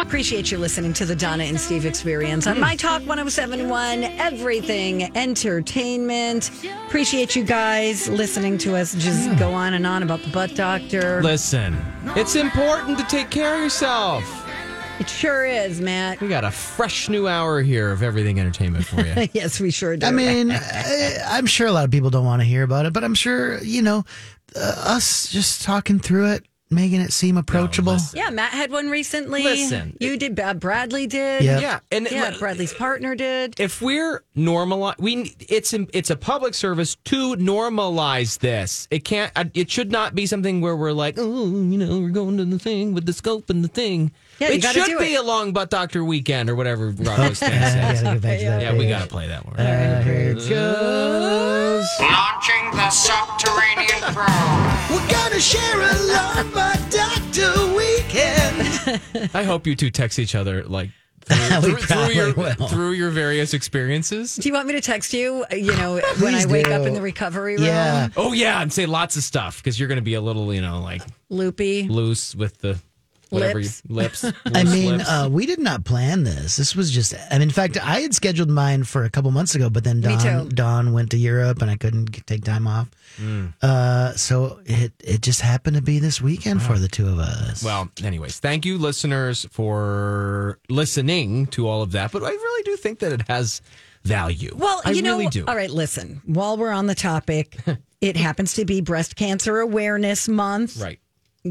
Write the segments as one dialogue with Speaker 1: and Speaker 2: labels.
Speaker 1: Appreciate you listening to the Donna and Steve experience on My Talk 1071, everything entertainment. Appreciate you guys listening to us just go on and on about the butt doctor.
Speaker 2: Listen, it's important to take care of yourself.
Speaker 1: It sure is, Matt.
Speaker 2: We got a fresh new hour here of everything entertainment for you.
Speaker 1: Yes, we sure do.
Speaker 3: I mean, I, I'm sure a lot of people don't want to hear about it, but I'm sure, you know, uh, us just talking through it, making it seem approachable.
Speaker 2: listen.
Speaker 1: yeah, Matt had one recently.
Speaker 2: Listen.
Speaker 1: you did. Uh, Bradley did.
Speaker 3: Yeah.
Speaker 2: yeah, and
Speaker 1: yeah.
Speaker 2: let-
Speaker 1: Bradley's partner did.
Speaker 2: if we're normal, we it's it's a public service to normalize this. It can't. uh, It should not be something where we're like, oh, you know, we're going to the thing with the scope and the thing.
Speaker 1: Yeah, you
Speaker 2: it
Speaker 1: gotta
Speaker 2: should
Speaker 1: do
Speaker 2: be
Speaker 1: it.
Speaker 2: a long butt doctor weekend or whatever Rocco's thing
Speaker 3: I
Speaker 2: says.
Speaker 3: gotta get back to that
Speaker 2: Yeah, we
Speaker 3: page.
Speaker 2: gotta play that one.
Speaker 3: Uh, here it goes.
Speaker 4: Launching the subterranean probe.
Speaker 3: We're gonna share a love by Doctor Weekend.
Speaker 2: I hope you two text each other like through, through-
Speaker 3: We
Speaker 2: through your
Speaker 3: probably will.
Speaker 2: through your various experiences.
Speaker 1: Do you want me to text you? uh, You know, when I
Speaker 3: Please
Speaker 1: wake
Speaker 3: do.
Speaker 1: up in the recovery room,
Speaker 3: Yeah.
Speaker 2: Oh yeah, and say lots of stuff because you're gonna be a little, you know, like
Speaker 1: loopy.
Speaker 2: loose with the whatever
Speaker 1: Lips.
Speaker 2: You, lips.
Speaker 3: I
Speaker 2: loose
Speaker 3: mean,
Speaker 2: lips.
Speaker 3: uh, we did not plan this. This was just, I mean, in fact, I had scheduled mine for a couple months ago, but then Don,
Speaker 1: too.
Speaker 3: Don went to Europe and I couldn't g- take time off.
Speaker 2: Mm.
Speaker 3: Uh, so it, it just happened to be this weekend for the two of us.
Speaker 2: Well, anyways, thank you, listeners, for listening to all of that. But I really do think that it has value.
Speaker 1: Well,
Speaker 2: I
Speaker 1: you know,
Speaker 2: really do.
Speaker 1: all right, listen, while we're on the topic, it happens to be Breast Cancer Awareness Month.
Speaker 2: Right.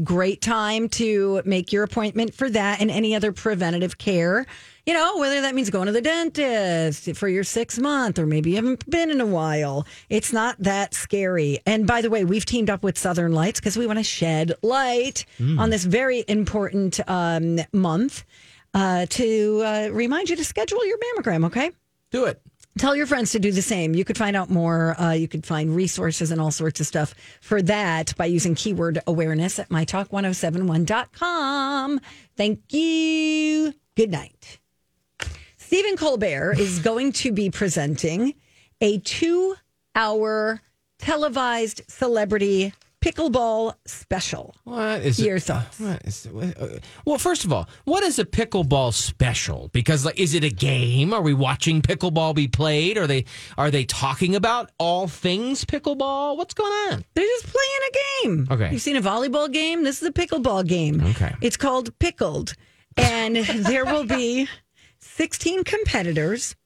Speaker 1: Great time to make your appointment for that and any other preventative care. You know, whether that means going to the dentist for your six month or maybe you haven't been in a while. It's not that scary. And by the way, we've teamed up with Southern Lights because we want to shed light
Speaker 2: Mm.
Speaker 1: on this very important um, month uh, to uh, remind you to schedule your mammogram, okay?
Speaker 2: Do it.
Speaker 1: tell your friends to do the same. You could find out more. Uh, you could find resources and all sorts of stuff for that by using keyword awareness at mytalk1071.com. Thank you. Good night. Stephen Colbert is going to be presenting a two hour televised celebrity pickleball special.
Speaker 2: What is
Speaker 1: Your
Speaker 2: it?
Speaker 1: thoughts.
Speaker 2: What is it? What- uh, Well, first of all, what is a pickleball special? Because like, is it a game? Are we watching pickleball be played? Are they are they talking about all things pickleball? What's going on?
Speaker 1: They're just playing a game.
Speaker 2: Okay.
Speaker 1: You've seen a volleyball game. This is a pickleball game.
Speaker 2: Okay.
Speaker 1: It's called Pickled. And there will be 16 competitors.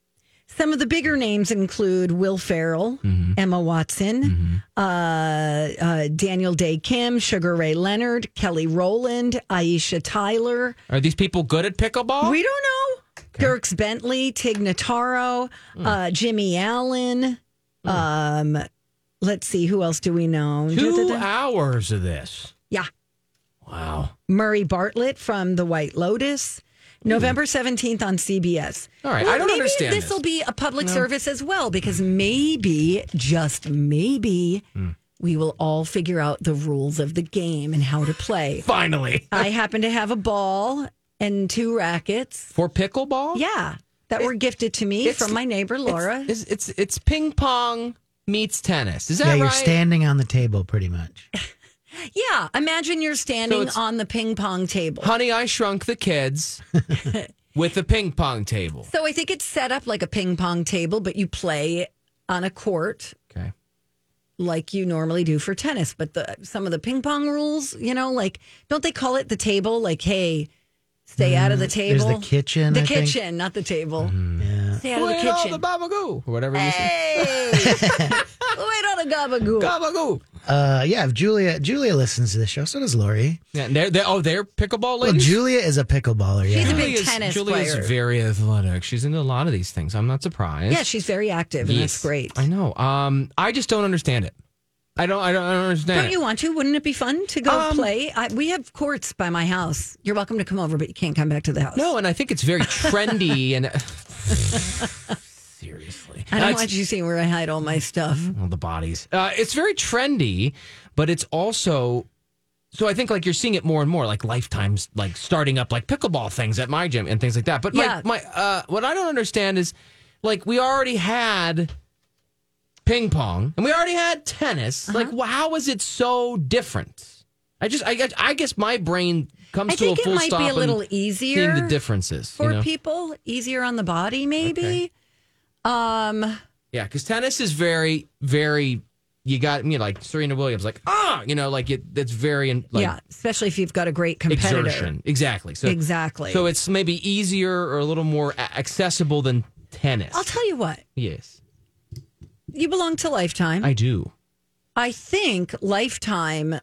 Speaker 1: Some of the bigger names include Will Farrell,
Speaker 2: Mm-hmm.
Speaker 1: Emma Watson, uh, uh, Daniel Day Kim, Sugar Ray Leonard, Kelly Rowland, Aisha Tyler.
Speaker 2: Are these people good at pickleball?
Speaker 1: We don't know. Dirks Bentley, Tig Notaro,
Speaker 2: Hmm.
Speaker 1: uh, Jimmy Allen. Um, let's see, who else do we know?
Speaker 2: Two
Speaker 1: Da-da-da.
Speaker 2: hours of this.
Speaker 1: Yeah.
Speaker 2: Wow.
Speaker 1: Murray Bartlett from The White Lotus. November 17th on CBS.
Speaker 2: Hmm. All right, I don't
Speaker 1: maybe
Speaker 2: understand
Speaker 1: This
Speaker 2: this.
Speaker 1: will be a public service as well because maybe, just maybe,
Speaker 2: Hmm.
Speaker 1: we will all figure out the rules of the game and how to play.
Speaker 2: Finally.
Speaker 1: I happen to have a ball and two rackets.
Speaker 2: For pickleball?
Speaker 1: Yeah, that were gifted to me
Speaker 2: it's-
Speaker 1: from my neighbor, Laura.
Speaker 2: It's it's, it's ping pong meets tennis. Is that
Speaker 3: yeah,
Speaker 2: right?
Speaker 3: you're standing on the table pretty much.
Speaker 1: yeah, imagine you're standing
Speaker 2: it's-
Speaker 1: on the ping pong table.
Speaker 2: Honey, I shrunk the kids with a ping pong table.
Speaker 1: So I think it's set up like a ping pong table, but you play on a court
Speaker 2: Okay.
Speaker 1: like you normally do for tennis. But the some of the ping pong rules, you know, like don't they call it the table? Like, hey, stay out of the
Speaker 3: Mm, There's
Speaker 1: table.
Speaker 3: the kitchen.
Speaker 1: The
Speaker 3: I think. Mm-hmm.
Speaker 1: kitchen, not the table.
Speaker 3: Yeah.
Speaker 1: Stay out of the
Speaker 2: Wait on
Speaker 1: kitchen. Uh,
Speaker 2: the babagoo. Or whatever you say.
Speaker 1: hey, wait on a gabagool.
Speaker 2: Babagoo.
Speaker 3: Uh, yeah, if Julia Julia listens to this show, so does Lori.
Speaker 2: Yeah, they're, they're, oh, they're pickleball
Speaker 3: Well,
Speaker 2: ladies?
Speaker 3: Julia is a pickleballer. Yeah.
Speaker 1: She's a big
Speaker 2: Julia's-
Speaker 1: tennis
Speaker 2: Julia's
Speaker 1: player.
Speaker 2: very athletic. She's into a lot of these things. I'm not surprised.
Speaker 1: yeah, she's very active, and that's
Speaker 2: Yes.
Speaker 1: great.
Speaker 2: I know. Um, I just don't understand it. I don't. I don't, I don't understand.
Speaker 1: Don't
Speaker 2: it.
Speaker 1: you want to? Wouldn't it be fun to go
Speaker 2: Um,
Speaker 1: play? I, we have courts by my house. You're welcome to come over, but you can't come back to the house.
Speaker 2: No, Oh, and I think it's very trendy and uh, seriously.
Speaker 1: I don't
Speaker 2: That's-
Speaker 1: want you seeing where I hide all my stuff.
Speaker 2: well, the bodies. Uh, it's very trendy, but it's also so I think like you're seeing it more and more, like lifetimes, like starting up like pickleball things at my gym and things like that. But
Speaker 1: Yeah.
Speaker 2: my my uh, what I don't understand is like we already had ping pong and we already had
Speaker 1: Uh-huh.
Speaker 2: tennis. Like wh- how is it so different? I just I, guess- I guess my brain comes
Speaker 1: I
Speaker 2: to a
Speaker 1: think it
Speaker 2: full
Speaker 1: might
Speaker 2: stop.
Speaker 1: be a
Speaker 2: and
Speaker 1: little
Speaker 2: Seeing
Speaker 1: easier
Speaker 2: the differences
Speaker 1: for
Speaker 2: you know?
Speaker 1: people, easier on the body, maybe. Um,
Speaker 2: Yeah, because tennis is very, very. You got me like Serena Williams, like ah, you know, like it. That's very in- like
Speaker 1: yeah, especially if you've got a great competitor.
Speaker 2: exertion. Exactly. So
Speaker 1: Exactly.
Speaker 2: So it's maybe easier or a little more a- accessible than tennis.
Speaker 1: I'll tell you what,
Speaker 2: yes,
Speaker 1: you belong to Lifetime.
Speaker 2: I do.
Speaker 1: I think Lifetime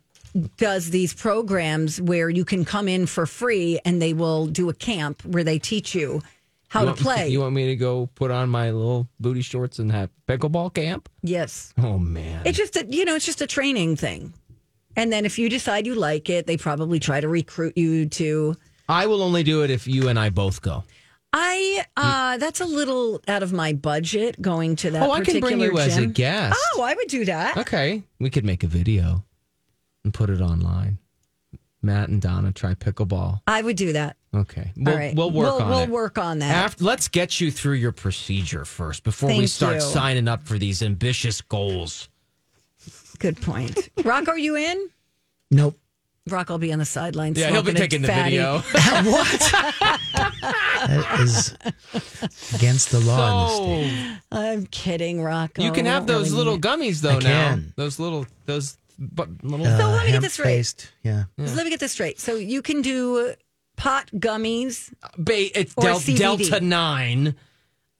Speaker 1: does these programs where you can come in for free and they will do a camp where they teach you how
Speaker 2: you
Speaker 1: to
Speaker 2: want-
Speaker 1: play.
Speaker 2: You want me to go put on my little booty shorts and have pickleball camp?
Speaker 1: yes.
Speaker 2: Oh man,
Speaker 1: It's just a, you know, it's just a training thing. And then if you decide you like it, they probably try to recruit you to
Speaker 2: I will only do it if you and I both go.
Speaker 1: I uh that's a little out of my budget going to that
Speaker 2: Mm. oh, I can
Speaker 1: particular
Speaker 2: bring you as a
Speaker 1: gym.
Speaker 2: guest.
Speaker 1: Oh, I would do that.
Speaker 2: Okay, we could make a video and put it online. Matt and Donna try pickleball.
Speaker 1: I would do that.
Speaker 2: Okay, we'll,
Speaker 1: All right.
Speaker 2: we'll work
Speaker 1: we'll,
Speaker 2: on
Speaker 1: we'll
Speaker 2: it.
Speaker 1: work on that.
Speaker 2: After, let's get you through your procedure first before we
Speaker 1: Thank
Speaker 2: start
Speaker 1: you.
Speaker 2: signing up for these ambitious goals.
Speaker 1: Good point. Rock, are you in?
Speaker 3: Nope.
Speaker 1: Rock will be on the sidelines.
Speaker 2: Yeah, he'll be
Speaker 1: smoking a
Speaker 2: taking the
Speaker 1: fatty.
Speaker 2: video.
Speaker 3: what? that is against the law in this state.
Speaker 2: So
Speaker 1: I'm kidding, Rocco.
Speaker 2: you can
Speaker 1: Oh, I
Speaker 2: have
Speaker 1: don't
Speaker 2: those
Speaker 1: really
Speaker 2: little
Speaker 1: need
Speaker 2: gummies though.
Speaker 3: I
Speaker 2: Now
Speaker 3: can.
Speaker 2: those little those but little.
Speaker 1: So let me get this right.
Speaker 3: Hemp-based, Uh, Yeah.
Speaker 1: it. So Let me get this straight. So you can do pot gummies.
Speaker 2: ba- it's
Speaker 1: Or
Speaker 2: del-
Speaker 1: CBD.
Speaker 2: delta nine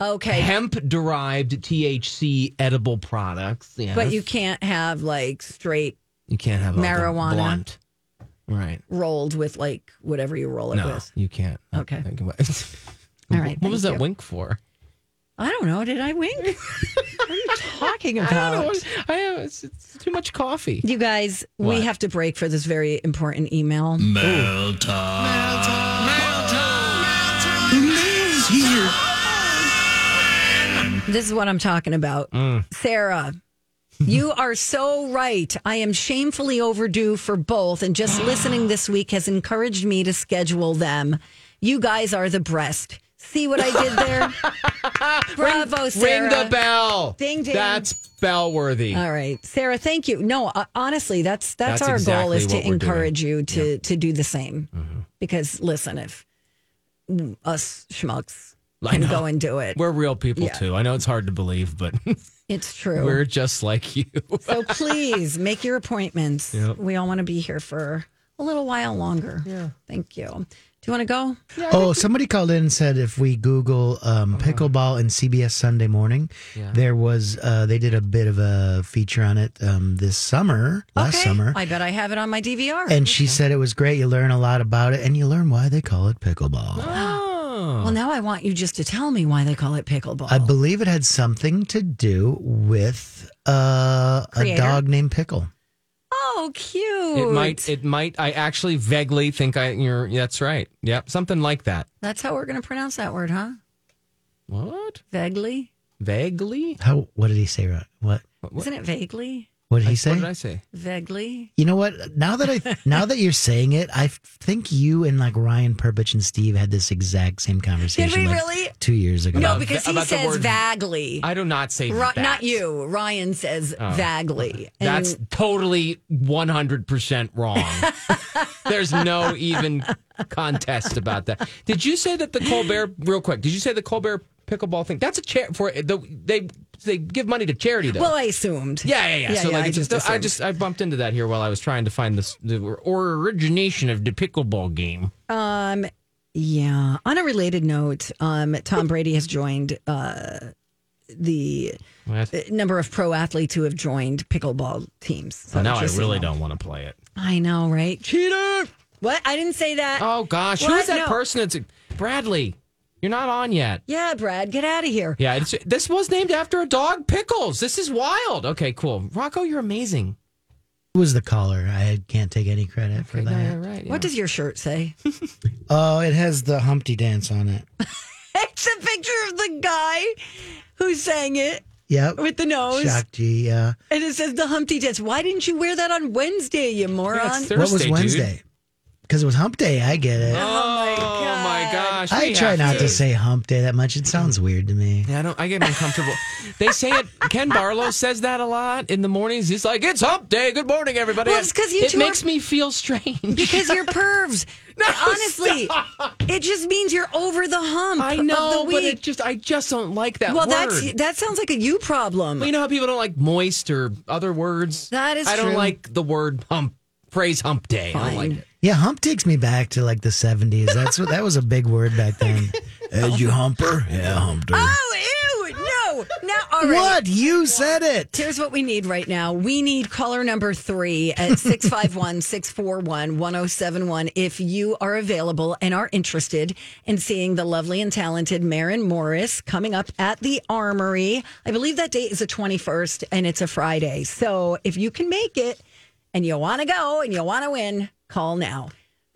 Speaker 1: Okay.
Speaker 2: hemp derived THC edible products. Yes.
Speaker 1: But you can't have like straight
Speaker 2: you can't have all the
Speaker 1: Marijuana.
Speaker 2: blunt. Right?
Speaker 1: rolled with like whatever you roll it
Speaker 2: No,
Speaker 1: with.
Speaker 2: you can't.
Speaker 1: Okay.
Speaker 2: All
Speaker 1: All right,
Speaker 2: What was
Speaker 1: thank
Speaker 2: that
Speaker 1: you.
Speaker 2: wink for?
Speaker 1: I don't know. Did I wink? what are you talking about?
Speaker 2: I don't know. I have, it's, it's too much coffee.
Speaker 1: You guys, we
Speaker 2: What? Mm.
Speaker 1: have to break for this very important email. This is what I'm talking about.
Speaker 2: Mm.
Speaker 1: Sarah, you are so right. I am shamefully overdue for both, and just listening this week has encouraged me to schedule them. You guys are the breast. See what I did there? Bravo, Sarah.
Speaker 2: Ring the bell.
Speaker 1: Ding, ding.
Speaker 2: That's bell worthy.
Speaker 1: All right, Sarah. Thank you. No, uh, honestly, that's that's,
Speaker 2: That's
Speaker 1: our goal
Speaker 2: exactly
Speaker 1: is to
Speaker 2: what we're Mm-hmm.
Speaker 1: encourage you to to do the same. Because listen, if us schmucks
Speaker 2: I
Speaker 1: can
Speaker 2: know.
Speaker 1: go and do it,
Speaker 2: We're real people
Speaker 1: Yeah.
Speaker 2: too. I know it's hard to believe, but
Speaker 1: it's true.
Speaker 2: we're just like you.
Speaker 1: so please make your appointments.
Speaker 2: Yep.
Speaker 1: We all want to be here for a little while longer. Yeah. Thank you. Do you want to go?
Speaker 3: Oh, somebody called in and said if we Google um, pickleball and CBS Sunday morning, there was uh, they did a bit of a feature on it um, this summer, last
Speaker 1: okay.
Speaker 3: summer,
Speaker 1: I bet I have it on my DVR.
Speaker 3: and she said it was great. You learn a lot about it, and you learn why they call it pickleball.
Speaker 2: Oh.
Speaker 1: well, now I want you just to tell me why they call it pickleball.
Speaker 3: I believe it had something to do with uh, a
Speaker 1: Creator?
Speaker 3: dog named Pickle.
Speaker 1: oh, cute.
Speaker 2: It might. It might. I actually vaguely think I. You're. That's right. Yep. Something like that.
Speaker 1: That's how we're going to pronounce that word, huh?
Speaker 2: What?
Speaker 1: Vaguely.
Speaker 2: Vaguely.
Speaker 3: How? What did he say? Ro- What?
Speaker 2: What-
Speaker 1: Isn't it vaguely?
Speaker 3: What did he
Speaker 2: I-
Speaker 3: say?
Speaker 2: What did I say?
Speaker 1: Vaguely.
Speaker 3: You know what? Now that I now that you're saying it, I think you and like Ryan Perpich and Steve had this exact same conversation.
Speaker 1: we
Speaker 3: like,
Speaker 1: really?
Speaker 3: Two years ago.
Speaker 1: No, because he
Speaker 2: about the
Speaker 1: says
Speaker 2: word-
Speaker 1: vaguely.
Speaker 2: I do not say
Speaker 1: Ri-
Speaker 2: that. Oh.
Speaker 1: not you. Ryan says vaguely. And
Speaker 2: That's totally 100% wrong. There's no even contest about that. Did you say that the Colbert real quick? Did you say the Colbert pickleball thing? That's a chair for the, they they give money to charity though.
Speaker 1: well, I assumed.
Speaker 2: yeah, yeah, yeah.
Speaker 1: yeah,
Speaker 2: so
Speaker 1: yeah,
Speaker 2: like
Speaker 1: I
Speaker 2: it's
Speaker 1: just
Speaker 2: just I
Speaker 1: assumed.
Speaker 2: just I bumped into that here while I was trying to find this the origination of the pickleball game.
Speaker 1: Um, yeah. On a related note, um, Tom Brady has joined uh, the uh,
Speaker 2: What?
Speaker 1: number of pro athletes who have joined pickleball teams. So
Speaker 2: Well, now I
Speaker 1: just so you
Speaker 2: really
Speaker 1: know.
Speaker 2: don't want to play it.
Speaker 1: I know, right? Cheater. What? I didn't say that.
Speaker 2: Oh gosh,
Speaker 1: What?
Speaker 2: who's that
Speaker 1: No.
Speaker 2: person that's Bradley? You're not on yet.
Speaker 1: Yeah, Brad, get out of here.
Speaker 2: Yeah, it's, this was named after a dog, Pickles. This is wild. Okay, cool. Rocco, you're amazing.
Speaker 3: It was the caller. I can't take any credit for that.
Speaker 2: Yeah, right.
Speaker 1: What does your shirt say?
Speaker 3: Oh, it has the Humpty dance on it.
Speaker 1: it's a picture of the guy who sang it
Speaker 3: Yep.
Speaker 1: with the nose.
Speaker 3: Shock G. Yeah.
Speaker 1: And it says the Humpty Dance. Why didn't you wear that on Wednesday, you moron?
Speaker 2: it's Thursday,
Speaker 3: what was
Speaker 2: dude.
Speaker 3: Wednesday? Because it was Hump Day. I get it.
Speaker 1: oh my
Speaker 2: Oh my
Speaker 1: God.
Speaker 2: gosh.
Speaker 3: I
Speaker 2: we
Speaker 3: try
Speaker 2: have
Speaker 3: not to say hump day that much. It sounds weird to me.
Speaker 2: Yeah, I don't. I get uncomfortable. they say it. Ken Barlow says that a lot in the mornings. He's like, "It's Hump Day. Good morning, everybody."
Speaker 1: Well, it's 'cause you
Speaker 2: It
Speaker 1: two are-
Speaker 2: makes me feel strange.
Speaker 1: because you're pervs. Honestly, it just means you're over the hump.
Speaker 2: I
Speaker 1: of
Speaker 2: know,
Speaker 1: the
Speaker 2: but
Speaker 1: week.
Speaker 2: it just I just don't like that
Speaker 1: well,
Speaker 2: word.
Speaker 1: that's that sounds like a you problem.
Speaker 2: Well, you know how people don't like moist or other words.
Speaker 1: That is
Speaker 2: I don't
Speaker 1: true.
Speaker 2: like the word hump. Phrase Hump Day. I don't like it.
Speaker 3: Yeah, hump takes me back to like the seventies. That's what that was a big word back then. Hey, you humper? Yeah, humper.
Speaker 1: oh, ew! No, now all right.
Speaker 3: What? You said it.
Speaker 1: Here's what we need right now. We need caller number three at 651 641 1071 if you are available and are interested in seeing the lovely and talented Marin Morris coming up at the Armory. I believe that date is the 21st and it's a Friday. So if you can make it and you want to go and you want to win, call now.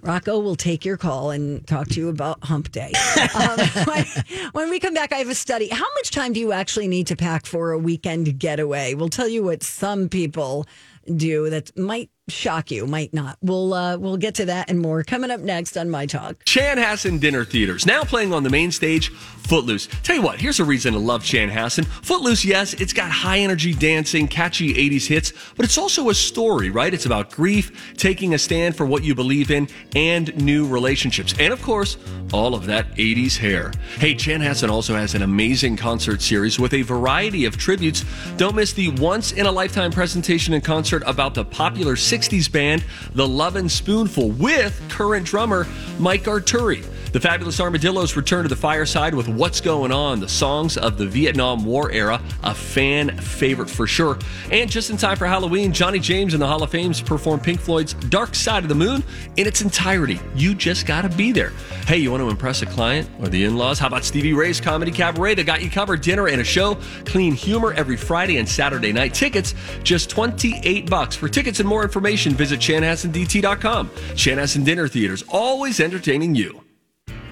Speaker 1: Rocco will take your call and talk to you about hump day. Um, when, when we come back, I have a study. How much time do you actually need to pack for a weekend getaway? We'll tell you what some people do that might shock you, might not. We'll uh, we'll get to that and more coming up next on My Talk.
Speaker 5: Chanhassen Dinner Theaters, now playing on the main stage, Footloose. Tell you what, here's a reason to love Chanhassen. Footloose, yes, it's got high energy dancing, catchy 80s hits, but it's also a story, right? It's about grief, taking a stand for what you believe in, and new relationships. And of course, all of that 80s hair. Hey, Chanhassen also has an amazing concert series with a variety of tributes. Don't miss the once in a lifetime presentation and concert about the popular 60s band, The Lovin' Spoonful, with current drummer Mike Arturi. The Fabulous Armadillos return to the fireside with What's Going On, the songs of the Vietnam War era, a fan favorite for sure. And just in time for Halloween, Johnny James and the Hall of Fames perform Pink Floyd's Dark Side of the Moon in its entirety. You just gotta be there. Hey, you wanna impress a client or the in laws? How about Stevie Ray's Comedy Cabaret that got you covered? Dinner and a show, clean humor every Friday and Saturday night. Tickets just 28 bucks. For tickets and more information, visit ChanhassenDT.com. Chanhassen Dinner Theaters, always entertaining you.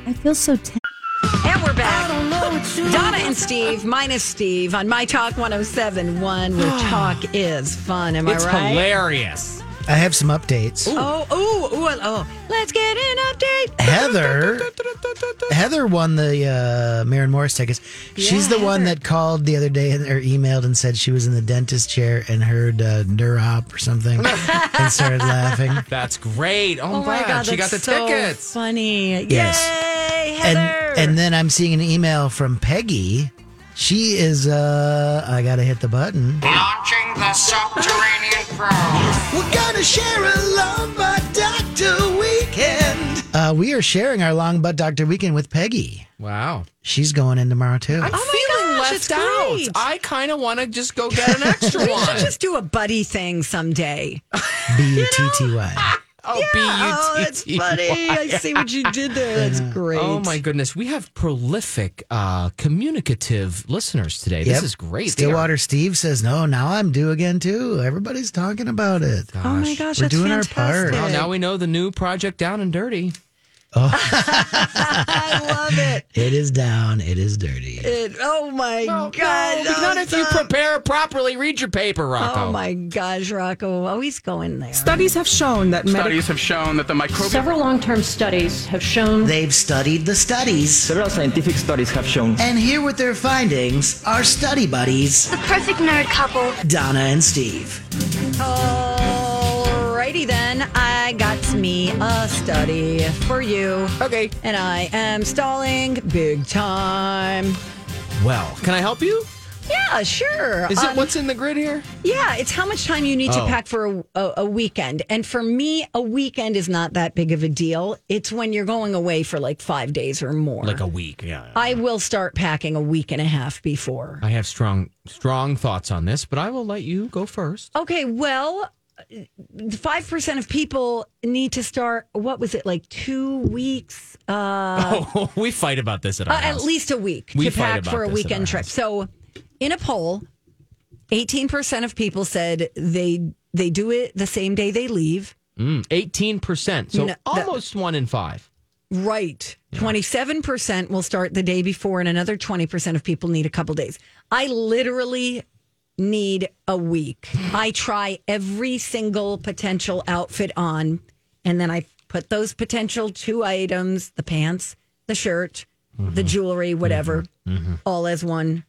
Speaker 6: I feel so tense.
Speaker 1: And we're back. Donna and Steve, minus Steve, on My Talk 1071, where talk is fun. Am
Speaker 2: it's
Speaker 1: I right?
Speaker 2: hilarious.
Speaker 3: I have some updates.
Speaker 1: Oh, ooh, ooh, oh. Let's get an update.
Speaker 3: Heather Heather won the uh, Marin Morris tickets. She's the one
Speaker 1: Heather.
Speaker 3: that called the other day and, or emailed and said she was in the dentist chair and heard uh, Durhop or something and started laughing.
Speaker 2: That's great. Oh,
Speaker 1: Oh my god,
Speaker 2: she got the
Speaker 1: that's so
Speaker 2: tickets.
Speaker 1: Funny,
Speaker 3: Yes.
Speaker 1: Yay,
Speaker 3: And
Speaker 1: Heather.
Speaker 3: and then I'm seeing an email from Peggy. She is uh I gotta hit the button.
Speaker 4: Launching the subterranean probe.
Speaker 3: We're gonna share a long butt doctor weekend. Uh we are sharing our long butt doctor weekend with Peggy.
Speaker 2: Wow.
Speaker 3: She's going in tomorrow too.
Speaker 1: Oh
Speaker 2: I'm
Speaker 1: my
Speaker 2: feeling
Speaker 1: gosh, it's
Speaker 2: left out.
Speaker 1: great.
Speaker 2: I kind of want to just go get an extra
Speaker 1: we
Speaker 2: one.
Speaker 1: should just do a buddy thing someday.
Speaker 3: B U T T Y.
Speaker 2: oh,
Speaker 1: Oh,
Speaker 2: B-U-T-T-Y.
Speaker 1: that's funny. I see what you did there. That's great.
Speaker 2: Oh my goodness, we have prolific, uh, communicative listeners today.
Speaker 3: Yep.
Speaker 2: This is great. They are-
Speaker 3: Stillwater Steve says, "No, now I'm due again too. Everybody's talking about it."
Speaker 1: Oh my gosh,
Speaker 3: We're
Speaker 1: that's
Speaker 3: doing our
Speaker 1: fantastic.
Speaker 3: part.
Speaker 2: Well, now we know the new project down and dirty.
Speaker 1: I love it.
Speaker 3: It is down. It is dirty.
Speaker 1: It- oh my god,
Speaker 2: no, not if you
Speaker 1: awesome.
Speaker 2: prepare properly. Read your paper, Rocco.
Speaker 1: Oh my gosh, Rocco, always going there.
Speaker 7: Studies have shown that medical
Speaker 8: Studies have shown that the microbial
Speaker 9: Several long-term studies have shown
Speaker 3: They've studied the studies,
Speaker 10: Several scientific studies have shown
Speaker 3: and here with their findings are study buddies
Speaker 11: The perfect nerd couple.
Speaker 3: Donna and Steve.
Speaker 1: Alrighty then, I got me a study for you.
Speaker 2: Okay.
Speaker 1: And I am stalling big time.
Speaker 2: Well, can I help you?
Speaker 1: Yeah, sure.
Speaker 2: Is
Speaker 1: Um,
Speaker 2: it what's in the grid here?
Speaker 1: Yeah, it's how much time you need to
Speaker 2: Oh.
Speaker 1: pack for a, a, a weekend. And for me, a weekend is not that big of a deal. It's when you're going away for like five days or more.
Speaker 2: Like a week. Yeah.
Speaker 1: I will start packing a week and a half before.
Speaker 2: I have strong, strong thoughts on this, but I will let you go first.
Speaker 1: Okay, well, five percent of people need to start. What was it like? Two weeks? Uh,
Speaker 2: oh, we fight about this at our
Speaker 1: Uh, at
Speaker 2: house.
Speaker 1: least a week
Speaker 2: We
Speaker 1: to
Speaker 2: fight
Speaker 1: pack
Speaker 2: about
Speaker 1: for a
Speaker 2: this at
Speaker 1: weekend
Speaker 2: our
Speaker 1: trip.
Speaker 2: house.
Speaker 1: So, in a poll, eighteen percent of people said they they do it the same day they leave.
Speaker 2: Mm, 18%. So
Speaker 1: No, the-
Speaker 2: almost one in five.
Speaker 1: Right, twenty seven percent will start the day before, and another twenty percent of people need a couple days. I literally need a week. I try every single potential outfit on, and then I put those potential two items, the pants, the shirt, the jewelry, whatever, all as one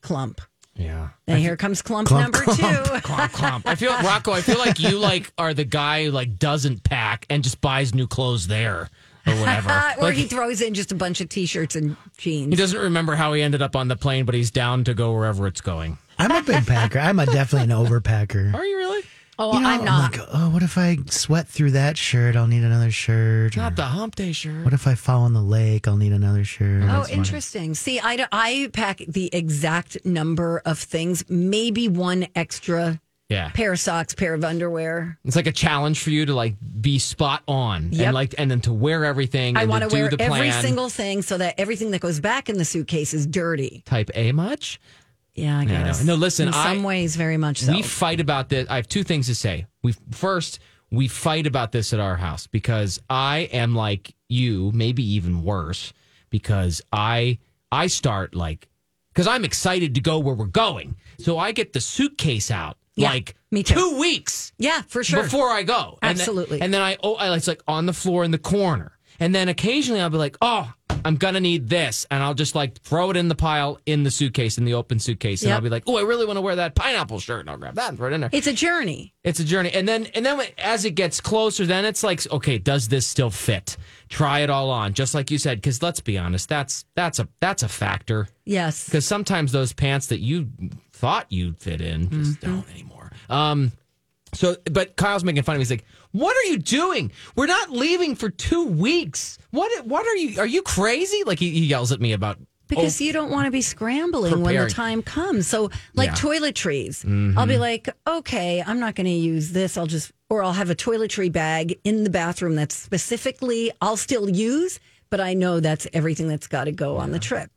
Speaker 1: clump.
Speaker 2: Yeah.
Speaker 1: And here comes clump, number two.
Speaker 2: Clomp, clomp. I feel Rocco. I feel like you like are the guy who like doesn't pack and just buys new clothes there or whatever.
Speaker 1: or
Speaker 2: Like,
Speaker 1: he throws in just a bunch of t-shirts and
Speaker 2: he
Speaker 1: jeans.
Speaker 2: doesn't remember how he ended up on the plane, but he's down to go wherever it's going.
Speaker 3: I'm a big packer. I'm a definitely an overpacker.
Speaker 2: Are you really?
Speaker 1: Oh,
Speaker 3: You know,
Speaker 1: I'm not.
Speaker 3: like, oh, what if I sweat through that shirt? I'll need another shirt. Or
Speaker 2: Not the hump day shirt.
Speaker 3: what if I fall in the lake? I'll need another shirt.
Speaker 1: Oh, interesting. See, I, d- I pack the exact number of things, maybe one extra
Speaker 2: Yeah.
Speaker 1: pair of socks, pair of underwear.
Speaker 2: It's like a challenge for you to like be spot on
Speaker 1: Yep.
Speaker 2: and like and then to wear everything.
Speaker 1: I
Speaker 2: and
Speaker 1: want to
Speaker 2: do
Speaker 1: wear
Speaker 2: the plan.
Speaker 1: every single thing so that everything that goes back in the suitcase is dirty.
Speaker 2: type A much.
Speaker 1: Yeah, I
Speaker 2: I
Speaker 1: guess.
Speaker 2: know. No, listen,
Speaker 1: in some
Speaker 2: I-
Speaker 1: ways, very much so.
Speaker 2: We fight about this. I have two things to say. We first we fight about this at our house because I am like you, maybe even worse, because I I start like because I'm excited to go where we're going, so I get the suitcase out
Speaker 1: Yeah,
Speaker 2: like
Speaker 1: me too.
Speaker 2: two weeks
Speaker 1: yeah, for sure.
Speaker 2: before I go. And then-
Speaker 1: Absolutely.
Speaker 2: And then, I, oh, I, it's like on the floor in the corner. And then occasionally I'll be like, oh, I'm going to need this. And I'll just like throw it in the pile in the suitcase, in the open suitcase. And
Speaker 1: Yep.
Speaker 2: I'll be like, oh, I really want to wear that pineapple shirt. And I'll grab that and throw it in there.
Speaker 1: it's a journey.
Speaker 2: It's a journey. And then, and then when- as it gets closer, then it's like, okay, does this still fit? Try it all on, just like you said. Cause let's be honest, that's, that's a, that's a factor.
Speaker 1: Yes.
Speaker 2: Because sometimes those pants that you thought you'd fit in just
Speaker 1: Mm-hmm.
Speaker 2: don't anymore. Um, so, but Kyle's making fun of me. He's like, "What are you doing? We're not leaving for two weeks. What? What are you? Are you crazy?" Like he, he yells at me about "Oh,
Speaker 1: Because you don't want to be scrambling when
Speaker 2: Preparing.
Speaker 1: the time comes. So, like
Speaker 2: Yeah. Mm-hmm.
Speaker 1: toiletries, I'll be like, okay, I'm not going to use this. I'll just, or I'll have a toiletry bag in the bathroom that's specifically I'll still use, but I know that's everything that's got to go on the trip.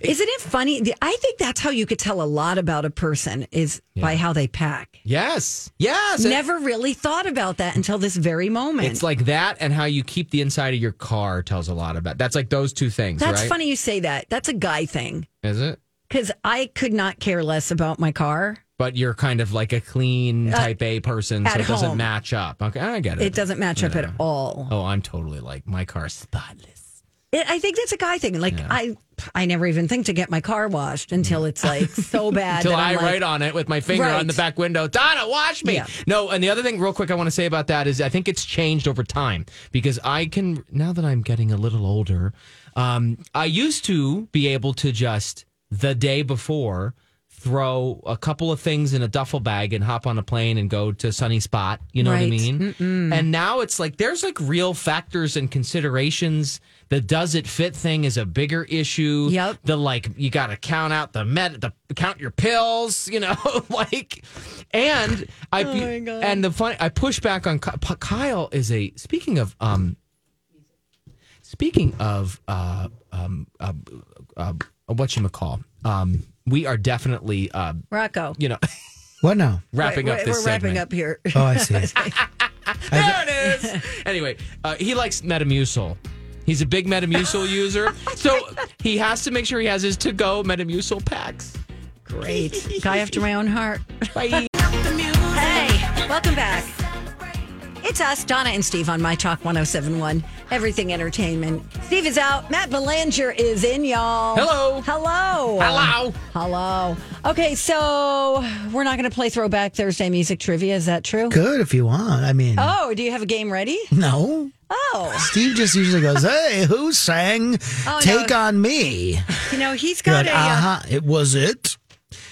Speaker 1: Isn't it funny? The- I think that's how you could tell a lot about a person is by how they pack.
Speaker 2: yes, yes. It-
Speaker 1: Never really thought about that until this very moment.
Speaker 2: it's like that, and how you keep the inside of your car tells a lot about. That's like those two things,
Speaker 1: that's
Speaker 2: right?
Speaker 1: funny you say that. That's a guy thing
Speaker 2: Is it?
Speaker 1: because I could not care less about my car.
Speaker 2: But you're kind of like a clean type A person, so
Speaker 1: Uh, at
Speaker 2: it doesn't
Speaker 1: home.
Speaker 2: match up. Okay, I get it.
Speaker 1: It doesn't match up at all.
Speaker 2: Oh, I'm totally like my car's spotless.
Speaker 1: It, I think that's a guy thing. Like I, I never even think to get my car washed until it's like so bad.
Speaker 2: Till
Speaker 1: that
Speaker 2: I
Speaker 1: I'm like,
Speaker 2: write on it with my finger
Speaker 1: Right.
Speaker 2: on the back window. Donna, watch me.
Speaker 1: Yeah.
Speaker 2: No, and the other thing, real quick, I want to say about that is I think it's changed over time because I can now that I'm getting a little older. Um, I used to be able to just the day before throw a couple of things in a duffel bag and hop on a plane and go to a sunny spot. You know what I
Speaker 1: Right.
Speaker 2: mean? And now it's like there's like real factors and considerations. The does it fit thing is a bigger issue
Speaker 1: Yep.
Speaker 2: the like you got to count out the med the count your pills you know like and i
Speaker 1: Oh
Speaker 2: and the fun i push back on Ky- P- kyle is a speaking of um speaking of uh um uh, uh, what you call um we are definitely uh
Speaker 1: Rocco.
Speaker 2: you know
Speaker 3: What now?
Speaker 2: wrapping
Speaker 1: we're,
Speaker 2: up this
Speaker 1: We're
Speaker 2: segment.
Speaker 1: wrapping up here.
Speaker 3: Oh, I see.
Speaker 2: There it is. anyway, uh, he likes Metamucil. He's a big Metamucil user, so he has to make sure he has his to-go Metamucil packs.
Speaker 1: Great guy after my own heart.
Speaker 2: Bye.
Speaker 1: Hey, welcome back. It's us, Donna and Steve on My Talk 1071, Everything Entertainment. Steve is out. Matt Belanger is in, y'all.
Speaker 2: Hello.
Speaker 1: Hello.
Speaker 2: Hello.
Speaker 1: Hello. Okay, so we're not going to play Throwback Thursday music trivia. Is that true?
Speaker 3: Good if you want. I mean,
Speaker 1: Oh, do you have a game ready?
Speaker 3: no.
Speaker 1: Oh,
Speaker 3: Steve just usually goes, "Hey, who sang
Speaker 1: no.
Speaker 3: Take on Me?"
Speaker 1: you know, he's
Speaker 3: You're
Speaker 1: got
Speaker 3: like,
Speaker 1: a. uh,
Speaker 3: uh-huh. It was it.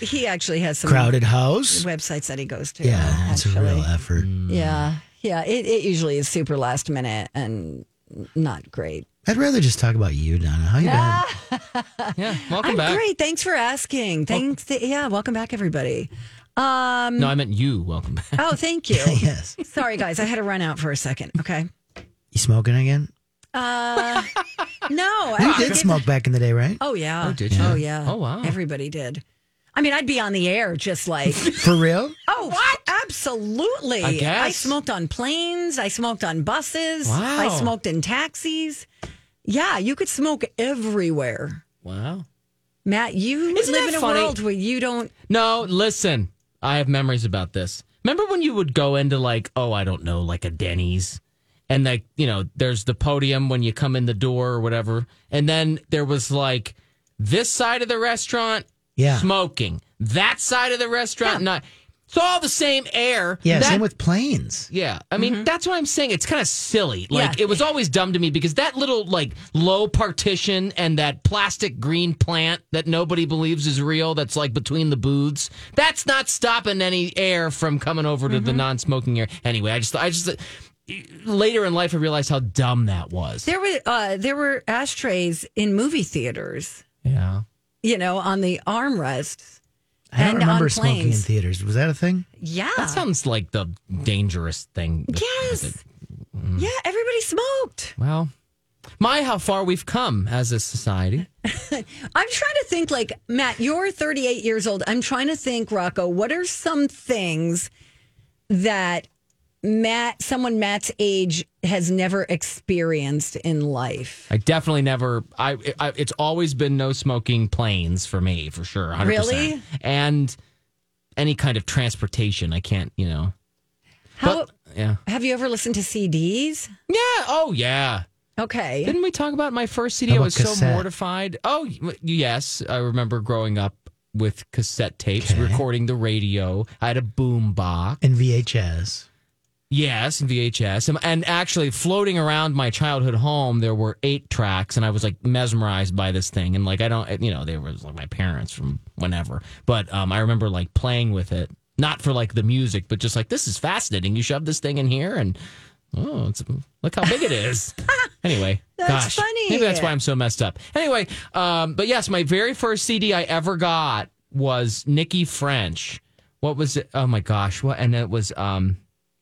Speaker 1: he actually has some
Speaker 3: Crowded House.
Speaker 1: websites that he goes to.
Speaker 3: Yeah, it's a
Speaker 1: actually. Mm.
Speaker 3: real uh, effort.
Speaker 1: Yeah, yeah. It, it usually is super last minute and not great.
Speaker 3: I'd rather just talk about you, Donna. How you been?
Speaker 2: Yeah, welcome
Speaker 1: I'm
Speaker 2: back.
Speaker 1: great. Thanks for asking. Thanks. yeah, welcome back, everybody. Um,
Speaker 2: No, I meant you. Welcome back.
Speaker 1: oh, thank you.
Speaker 3: Yes.
Speaker 1: Sorry, guys. I had to run out for a second. Okay.
Speaker 3: You smoking again?
Speaker 2: Ah.
Speaker 1: No,
Speaker 3: You
Speaker 1: I
Speaker 3: did smoke back in the day, right?
Speaker 1: Oh yeah. Oh,
Speaker 2: did you?
Speaker 1: Oh yeah.
Speaker 2: Oh, wow.
Speaker 1: Everybody did. I mean, I'd be on the air just like,
Speaker 3: For real?
Speaker 1: oh, Absolutely.
Speaker 2: I guess.
Speaker 1: smoked on planes. I smoked on buses.
Speaker 2: Wow.
Speaker 1: I smoked in taxis. Yeah, you could smoke everywhere.
Speaker 2: Wow.
Speaker 1: Matt, you
Speaker 2: Isn't
Speaker 1: live
Speaker 2: that
Speaker 1: in a
Speaker 2: funny?
Speaker 1: world where you don't.
Speaker 2: No, listen. I have memories about this. Remember when you would go into like, oh, I don't know, like a Denny's, and like you know there's the podium when you come in the door or whatever and then there was like this side of the restaurant
Speaker 3: Yeah.
Speaker 2: smoking that side of the restaurant not it's all the same air
Speaker 3: Yeah,
Speaker 2: That-
Speaker 3: same with Mm-hmm. planes.
Speaker 2: yeah, I mean that's what I'm saying. It's kind of silly. Like
Speaker 1: Yeah.
Speaker 2: it was always dumb to me because that little like low partition and that plastic green plant that nobody believes is real that's like between the booths. That's not stopping any air from coming over to the
Speaker 3: Mm-hmm.
Speaker 2: non-smoking air. Anyway, I just I just later in life I realized how dumb that was.
Speaker 1: There were uh, there were ashtrays in movie theaters,
Speaker 2: Yeah.
Speaker 1: you know, on the armrests.
Speaker 3: I don't
Speaker 1: And on
Speaker 3: remember smoking in
Speaker 1: planes.
Speaker 3: theaters. Was that a thing?
Speaker 1: Yeah.
Speaker 2: That sounds like the dangerous thing. with- with it.
Speaker 1: yes.
Speaker 2: Mm-hmm.
Speaker 1: Yeah, everybody smoked.
Speaker 2: Well, my how far we've come as a society.
Speaker 1: I'm trying to think, like, Matt, you're 38 years old. I'm trying to think, Rocco, what are some things that Matt, someone Matt's age, has never experienced in life?
Speaker 2: I definitely never. I, I it's always been no smoking planes for me for sure. 100%.
Speaker 1: Really?
Speaker 2: And any kind of transportation, I can't. You know.
Speaker 1: How
Speaker 2: Yeah.
Speaker 1: have you ever listened to CDs?
Speaker 2: Yeah. Oh yeah.
Speaker 1: Okay.
Speaker 2: Didn't we talk about my first CD? I
Speaker 3: How about
Speaker 2: was so
Speaker 3: cassette?
Speaker 2: mortified. Oh y- yes, I remember growing up with cassette tapes, recording the radio. I had a boom box.
Speaker 3: In VHS.
Speaker 2: Yes, and VHS. And, and actually, floating around my childhood home, there were eight tracks, and I was like mesmerized by this thing. And like, I don't, you know, they were like my parents from whenever. But um, I remember like playing with it, not for like the music, but just like, this is fascinating. You shove this thing in here, and oh, it's, look how big it is. anyway,
Speaker 1: That's
Speaker 2: gosh,
Speaker 1: funny.
Speaker 2: Maybe that's why I'm so messed up. Anyway, um, but yes, my very first CD I ever got was Nikki French. What was it? Oh my gosh. What? And it was, um,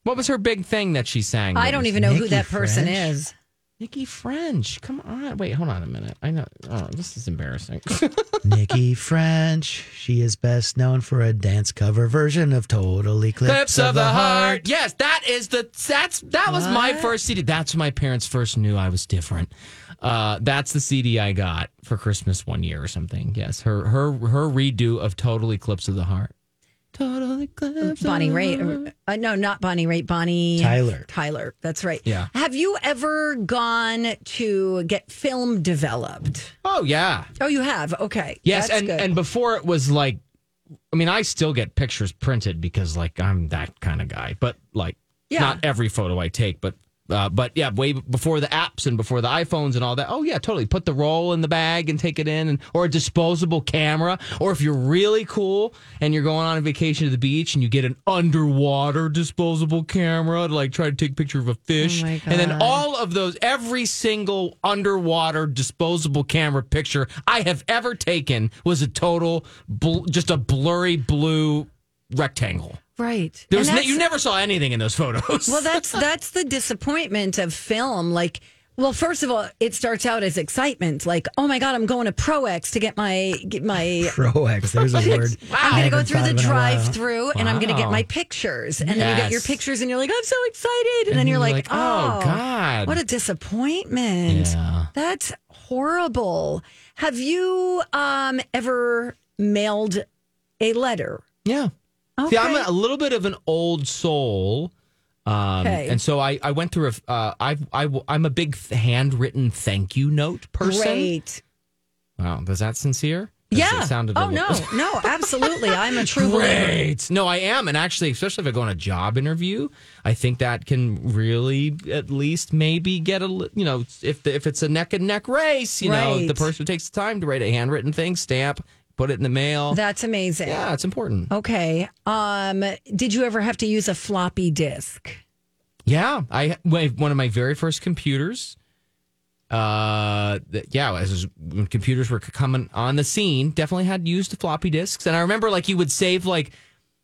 Speaker 2: what was her big thing that she sang?
Speaker 1: I
Speaker 2: That
Speaker 1: don't
Speaker 2: was-
Speaker 1: even know who
Speaker 3: Nikki
Speaker 1: that person
Speaker 3: French?
Speaker 1: is.
Speaker 2: Nikki French. Come on. Wait, hold on a minute. I know. Oh, this is embarrassing.
Speaker 3: Nikki French. She is best known for a dance cover version of Total Eclipse
Speaker 2: Clips of the heart. Yes, that is the that's that was my first CD. That's when my parents first knew I was different. Uh, that's the CD I got for Christmas one year or something. Yes, her her her redo of Total Eclipse of the Heart. Total Eclipse.
Speaker 1: Bonnie
Speaker 2: of the
Speaker 1: Raitt.
Speaker 2: Heart.
Speaker 1: or- Uh, no, not Bonnie Raitt. Bonnie
Speaker 3: Tyler.
Speaker 1: Tyler. That's right.
Speaker 2: Yeah.
Speaker 1: Have you ever gone to get film developed?
Speaker 2: Oh yeah.
Speaker 1: Oh, you have. Okay.
Speaker 2: Yes,
Speaker 1: That's
Speaker 2: and
Speaker 1: good.
Speaker 2: and before it was like, I mean, I still get pictures printed because like I'm that kind of guy, but like
Speaker 1: Yeah.
Speaker 2: not every photo I take, but. Uh, but yeah, way before the apps and before the iPhones and all that. Oh yeah, totally. Put the roll in the bag and take it in, and, or a disposable camera. Or if you're really cool and you're going on a vacation to the beach and you get an underwater disposable camera to like try to take a picture of a fish,
Speaker 1: Oh my
Speaker 2: and then
Speaker 1: God.
Speaker 2: all of those, every single underwater disposable camera picture I have ever taken was a total, bl- just a blurry blue rectangle.
Speaker 1: right.
Speaker 2: There
Speaker 1: And
Speaker 2: was ne-
Speaker 1: that's-
Speaker 2: you never saw anything in those photos.
Speaker 1: Well, that's that's the disappointment of film. Like, well, first of all, it starts out as excitement. Like, oh my god, I'm going to ProX to get my get my.
Speaker 3: Pro-X. There's a word.
Speaker 1: I'm
Speaker 3: I
Speaker 1: going to go
Speaker 3: haven't
Speaker 1: through the
Speaker 3: thought of in a while.
Speaker 1: drive-through and I'm going to
Speaker 2: Wow.
Speaker 1: get my pictures. And then you get your
Speaker 2: Yes.
Speaker 1: pictures and you're like, I'm so excited. And, then you're, like, oh,
Speaker 2: God.
Speaker 1: what a disappointment.
Speaker 2: Yeah.
Speaker 1: That's horrible. Have you um, ever mailed a letter?
Speaker 2: yeah. See, I'm a, a little bit of an old soul. Um,
Speaker 1: Okay.
Speaker 2: And so I, I went through a, uh, I've, I, w- I'm a big th- handwritten thank you note person.
Speaker 1: Great.
Speaker 2: Wow. Was that sincere? 'Cause
Speaker 1: Yeah.
Speaker 2: It sounded a
Speaker 1: oh
Speaker 2: little-
Speaker 1: no, no, absolutely. I'm a true believer.
Speaker 2: Great. No, I am. And actually, especially if I go on a job interview, I think that can really at least maybe get a, li- you know, if the, if it's a neck and neck race, you know,
Speaker 1: Right.
Speaker 2: the person who takes the time to write a handwritten thing, stamp, put it in the mail.
Speaker 1: That's amazing.
Speaker 2: yeah, it's important.
Speaker 1: Okay. Um, did you ever have to use a floppy disk?
Speaker 2: Yeah. I, my- one of my very first computers, uh, th- yeah, as when computers were c- coming on the scene, definitely had used the floppy disks. And I remember like you would save like,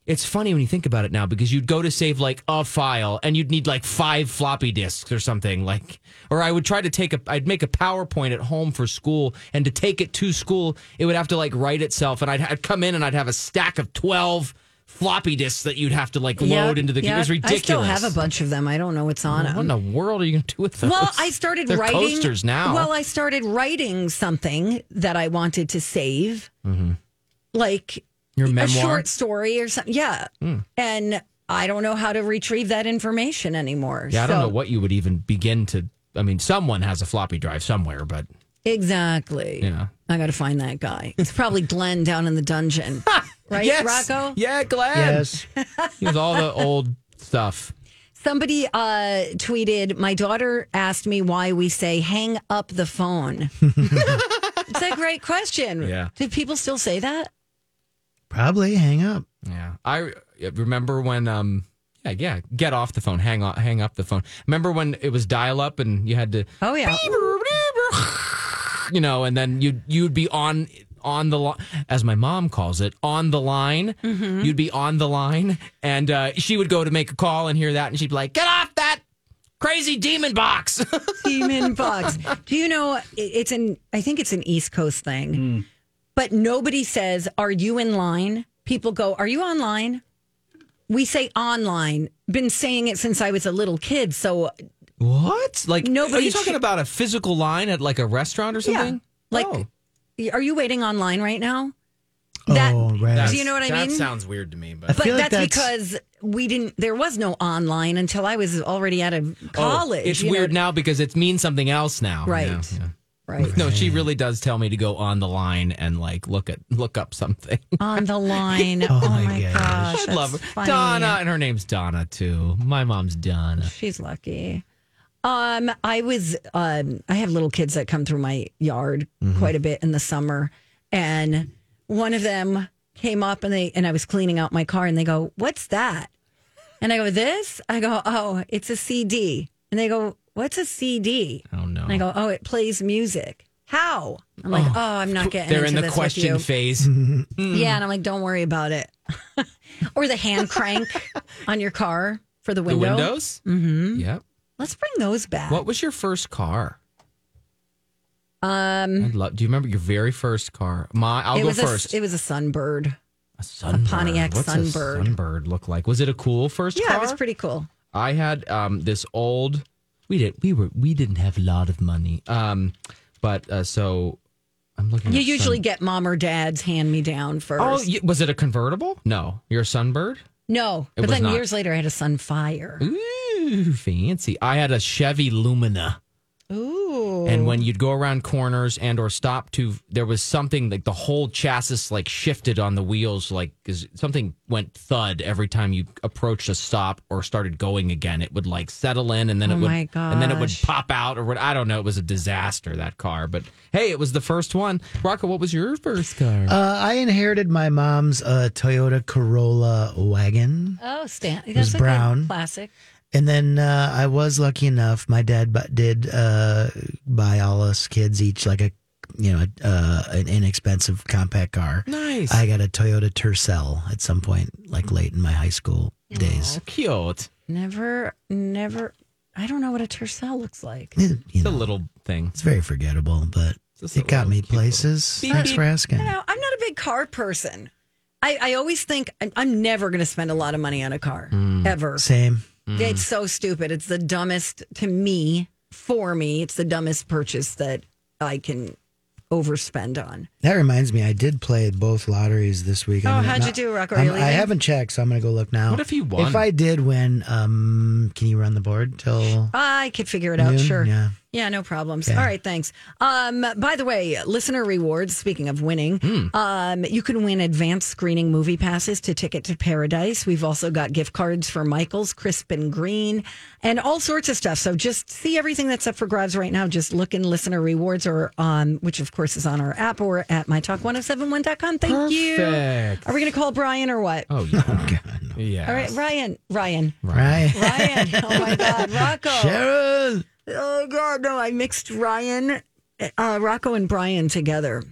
Speaker 2: it's funny when you think about it now because you'd go to save like a file and you'd need like five floppy disks or something like or i would try to take a i'd make a powerpoint at home for school and to take it to school it would have to like write itself and i'd, I'd come in and i'd have a stack of 12 floppy disks that you'd have to like load into the it was ridiculous
Speaker 1: I still have a bunch of them. I don't know what's on
Speaker 2: what
Speaker 1: them.
Speaker 2: in the world are you going to do with those?
Speaker 1: Well, I started
Speaker 2: They're
Speaker 1: writing
Speaker 2: coasters now.
Speaker 1: Well, I started writing something that I wanted to save, like
Speaker 2: Your Mm-hmm. memoir? Hmm.
Speaker 1: a short story or something. Yeah, and I don't know how to retrieve that information anymore.
Speaker 2: Yeah, I don't
Speaker 1: So-
Speaker 2: know what you would even begin to. I mean, someone has a floppy drive somewhere, but
Speaker 1: Exactly.
Speaker 2: Yeah.
Speaker 1: I got to find that guy. It's probably Glenn down in the dungeon. right, Rocco?
Speaker 2: Yeah, Glenn.
Speaker 3: Yes.
Speaker 2: He was all the old stuff.
Speaker 1: Somebody uh, tweeted, My daughter asked me why we say hang up the phone. it's a great question.
Speaker 2: Yeah.
Speaker 1: Do people still say that?
Speaker 3: Probably hang up.
Speaker 2: Yeah, I remember when. Um, yeah, yeah. Get off the phone. Hang on. Hang up the phone. Remember when it was dial up and you had to,
Speaker 1: Oh, yeah.
Speaker 2: you know, and then you would you'd be on on the line, as my mom calls it, on the line.
Speaker 1: Mm-hmm.
Speaker 2: You'd be on the line, and uh, she would go to make a call and hear that, and she'd be like, "Get off that crazy demon box."
Speaker 1: Demon box. Do you know, it- it's an, I think it's an East Coast thing,
Speaker 2: Hmm.
Speaker 1: but nobody says, Are you in line? People go, Are you online? We say online. Been saying it since I was a little kid. So
Speaker 2: What? Like
Speaker 1: Nobody
Speaker 2: Are you
Speaker 1: sh-
Speaker 2: talking about a physical line at like a restaurant or something?
Speaker 1: Like,
Speaker 2: Oh.
Speaker 1: are you waiting online right now?
Speaker 3: oh, right.
Speaker 1: Do you know what I
Speaker 2: That
Speaker 1: mean?
Speaker 2: sounds weird to me, but,
Speaker 3: I
Speaker 1: But
Speaker 3: feel like
Speaker 1: that's,
Speaker 3: that's-
Speaker 1: because we didn't. There was no online until I was already out of
Speaker 2: Oh,
Speaker 1: college.
Speaker 2: it's
Speaker 1: you know?
Speaker 2: weird now because it's means something else now.
Speaker 1: Right.
Speaker 2: Yeah, yeah.
Speaker 1: Right
Speaker 2: No, she really does tell me to go on the line and like look at look up something.
Speaker 1: on the line. oh,
Speaker 3: my
Speaker 1: my,
Speaker 3: gosh.
Speaker 1: gosh,
Speaker 2: I love her.
Speaker 1: that's funny.
Speaker 2: Donna, and her name's Donna too. My mom's Donna.
Speaker 1: She's lucky. Um, I was um, I have little kids that come through my yard
Speaker 2: Mm-hmm.
Speaker 1: quite a bit in the summer, and one of them came up and they and I was cleaning out my car and they go, "What's that?" And I go, "This." I go, "Oh, it's a CD." And they go, "What's a CD?"
Speaker 2: Oh no.
Speaker 1: And I go, "Oh, it plays music." How? I'm like, "Oh, I'm not getting."
Speaker 2: They're in
Speaker 1: into
Speaker 2: the
Speaker 1: this with
Speaker 2: question Hmm.
Speaker 1: you." Mm-hmm.
Speaker 2: phase.
Speaker 1: Yeah, and I'm like, "Don't worry about it." or the hand crank on your car for the
Speaker 2: The
Speaker 1: window.
Speaker 2: windows? Mm-hmm. Yep.
Speaker 1: Let's bring those back.
Speaker 2: What was your first car?
Speaker 1: Um,
Speaker 2: I'd love, do you remember your very first car? My I'll
Speaker 1: it
Speaker 2: go
Speaker 1: was
Speaker 2: first.
Speaker 1: A, it was a sunbird.
Speaker 2: A sunbird.
Speaker 1: Pontiac
Speaker 2: What's
Speaker 1: Sunbird.
Speaker 2: a sunbird look like? Was it a cool first
Speaker 1: Yeah,
Speaker 2: car?
Speaker 1: it was pretty cool.
Speaker 2: I had um, this old. We did. We were. We didn't have a lot of money. Um, but uh, so I'm looking.
Speaker 1: You
Speaker 2: at
Speaker 1: usually
Speaker 2: sun-
Speaker 1: get mom or dad's hand me down first.
Speaker 2: Oh, y- was it a convertible? No, you're a sunbird.
Speaker 1: no,
Speaker 2: It
Speaker 1: but
Speaker 2: was
Speaker 1: then
Speaker 2: not.
Speaker 1: years later I had a sunfire.
Speaker 2: Ooh, fancy. I had a Chevy Lumina.
Speaker 1: Ooh,
Speaker 2: And when you'd go around corners and or stop to, there was something like the whole chassis like shifted on the wheels, like 'cause something went thud every time you approached a stop or started going again. It would like settle in and then
Speaker 1: Oh,
Speaker 2: it would,
Speaker 1: my
Speaker 2: and then it would
Speaker 1: gosh.
Speaker 2: pop out or what? I don't know. It was a disaster that car, but hey, it was the first one. Rocco, what was your first car?
Speaker 3: Uh, I inherited my mom's uh, Toyota Corolla wagon.
Speaker 1: oh, Stan, that's
Speaker 3: was
Speaker 1: a good
Speaker 3: brown.
Speaker 1: classic.
Speaker 3: And then uh, I was lucky enough. My dad bu- did uh, buy all us kids each like a you know uh, an inexpensive compact car.
Speaker 2: nice.
Speaker 3: I got a Toyota Tercel at some point, like late in my high school days.
Speaker 2: oh, cute.
Speaker 1: Never, never. I don't know what a tercel looks like.
Speaker 3: It- you
Speaker 2: It's a
Speaker 3: know,
Speaker 2: little thing.
Speaker 3: it's very forgettable, but
Speaker 2: Just a
Speaker 3: it got
Speaker 2: little
Speaker 3: me
Speaker 2: cute little-
Speaker 3: places.
Speaker 2: Beep,
Speaker 3: Thanks
Speaker 2: beep.
Speaker 3: for asking.
Speaker 1: No, I'm not a big car person. I, I always think I'm, I'm never going to spend a lot of money on a car ever.
Speaker 3: Same.
Speaker 1: It's so stupid. It's the dumbest to me, for me, it's the dumbest purchase that I can overspend on.
Speaker 3: That reminds me, I did play both lotteries this week.
Speaker 1: Oh,
Speaker 3: I'm
Speaker 1: how'd you
Speaker 3: not-
Speaker 1: do, Rocco? Are
Speaker 3: I'm-
Speaker 1: you
Speaker 3: I
Speaker 1: leaving?
Speaker 3: haven't checked, so I'm gonna go look now.
Speaker 2: What if you won?
Speaker 3: If I did win, um, can you run the board till?
Speaker 1: I could figure it out,
Speaker 3: Noon?
Speaker 1: sure.
Speaker 3: Yeah.
Speaker 1: no problems. All right, thanks. Um, by the way, listener rewards, speaking of winning,
Speaker 3: Hmm.
Speaker 1: um, you can win advanced screening movie passes to Ticket to Paradise. We've also got gift cards for Michaels, Crisp and Green, and all sorts of stuff. So just see everything that's up for grabs right now. Just look in listener rewards or um, which of course is on our app or at mytalk1071.com. Thank you.
Speaker 2: Perfect.
Speaker 1: Are we gonna call Brian or
Speaker 3: Uh,
Speaker 1: what?
Speaker 2: Oh yeah.
Speaker 3: God, no.
Speaker 2: yeah.
Speaker 1: All right, Ryan. Ryan.
Speaker 3: Right.
Speaker 1: Ryan. oh my God. Rocco.
Speaker 3: Sharon.
Speaker 1: Oh God, no! I mixed Ryan, uh, Rocco, and Brian together.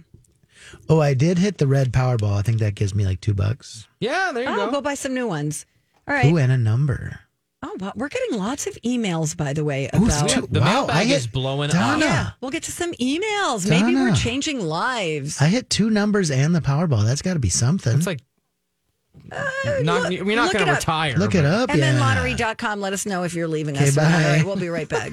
Speaker 3: Oh, I did hit the red Powerball. I think that gives me like two bucks.
Speaker 2: Yeah, there you
Speaker 1: Oh,
Speaker 2: go.
Speaker 1: go. buy some new ones. All
Speaker 3: Ooh,
Speaker 1: right.
Speaker 3: and a number.
Speaker 1: Oh, wow. we're getting lots of emails, by the way.
Speaker 3: Ooh, it's
Speaker 1: About
Speaker 3: two-
Speaker 2: The
Speaker 3: wow,
Speaker 2: mailbag
Speaker 3: I hit,
Speaker 2: is blowing
Speaker 3: Donna.
Speaker 2: up.
Speaker 1: yeah, we'll get to some emails. Maybe
Speaker 3: Donna.
Speaker 1: we're changing lives.
Speaker 3: I hit two numbers and the Powerball. That's got to be something.
Speaker 2: It's like not,
Speaker 1: Uh, look-
Speaker 2: we're not
Speaker 1: look
Speaker 2: going
Speaker 1: it
Speaker 2: to
Speaker 1: up.
Speaker 2: retire.
Speaker 3: Look it
Speaker 2: but-
Speaker 3: up.
Speaker 1: and
Speaker 3: yeah.
Speaker 1: then lottery.com, let us know if you're leaving
Speaker 3: Okay,
Speaker 1: us. or not.
Speaker 3: bye.
Speaker 1: All right, we'll be right back.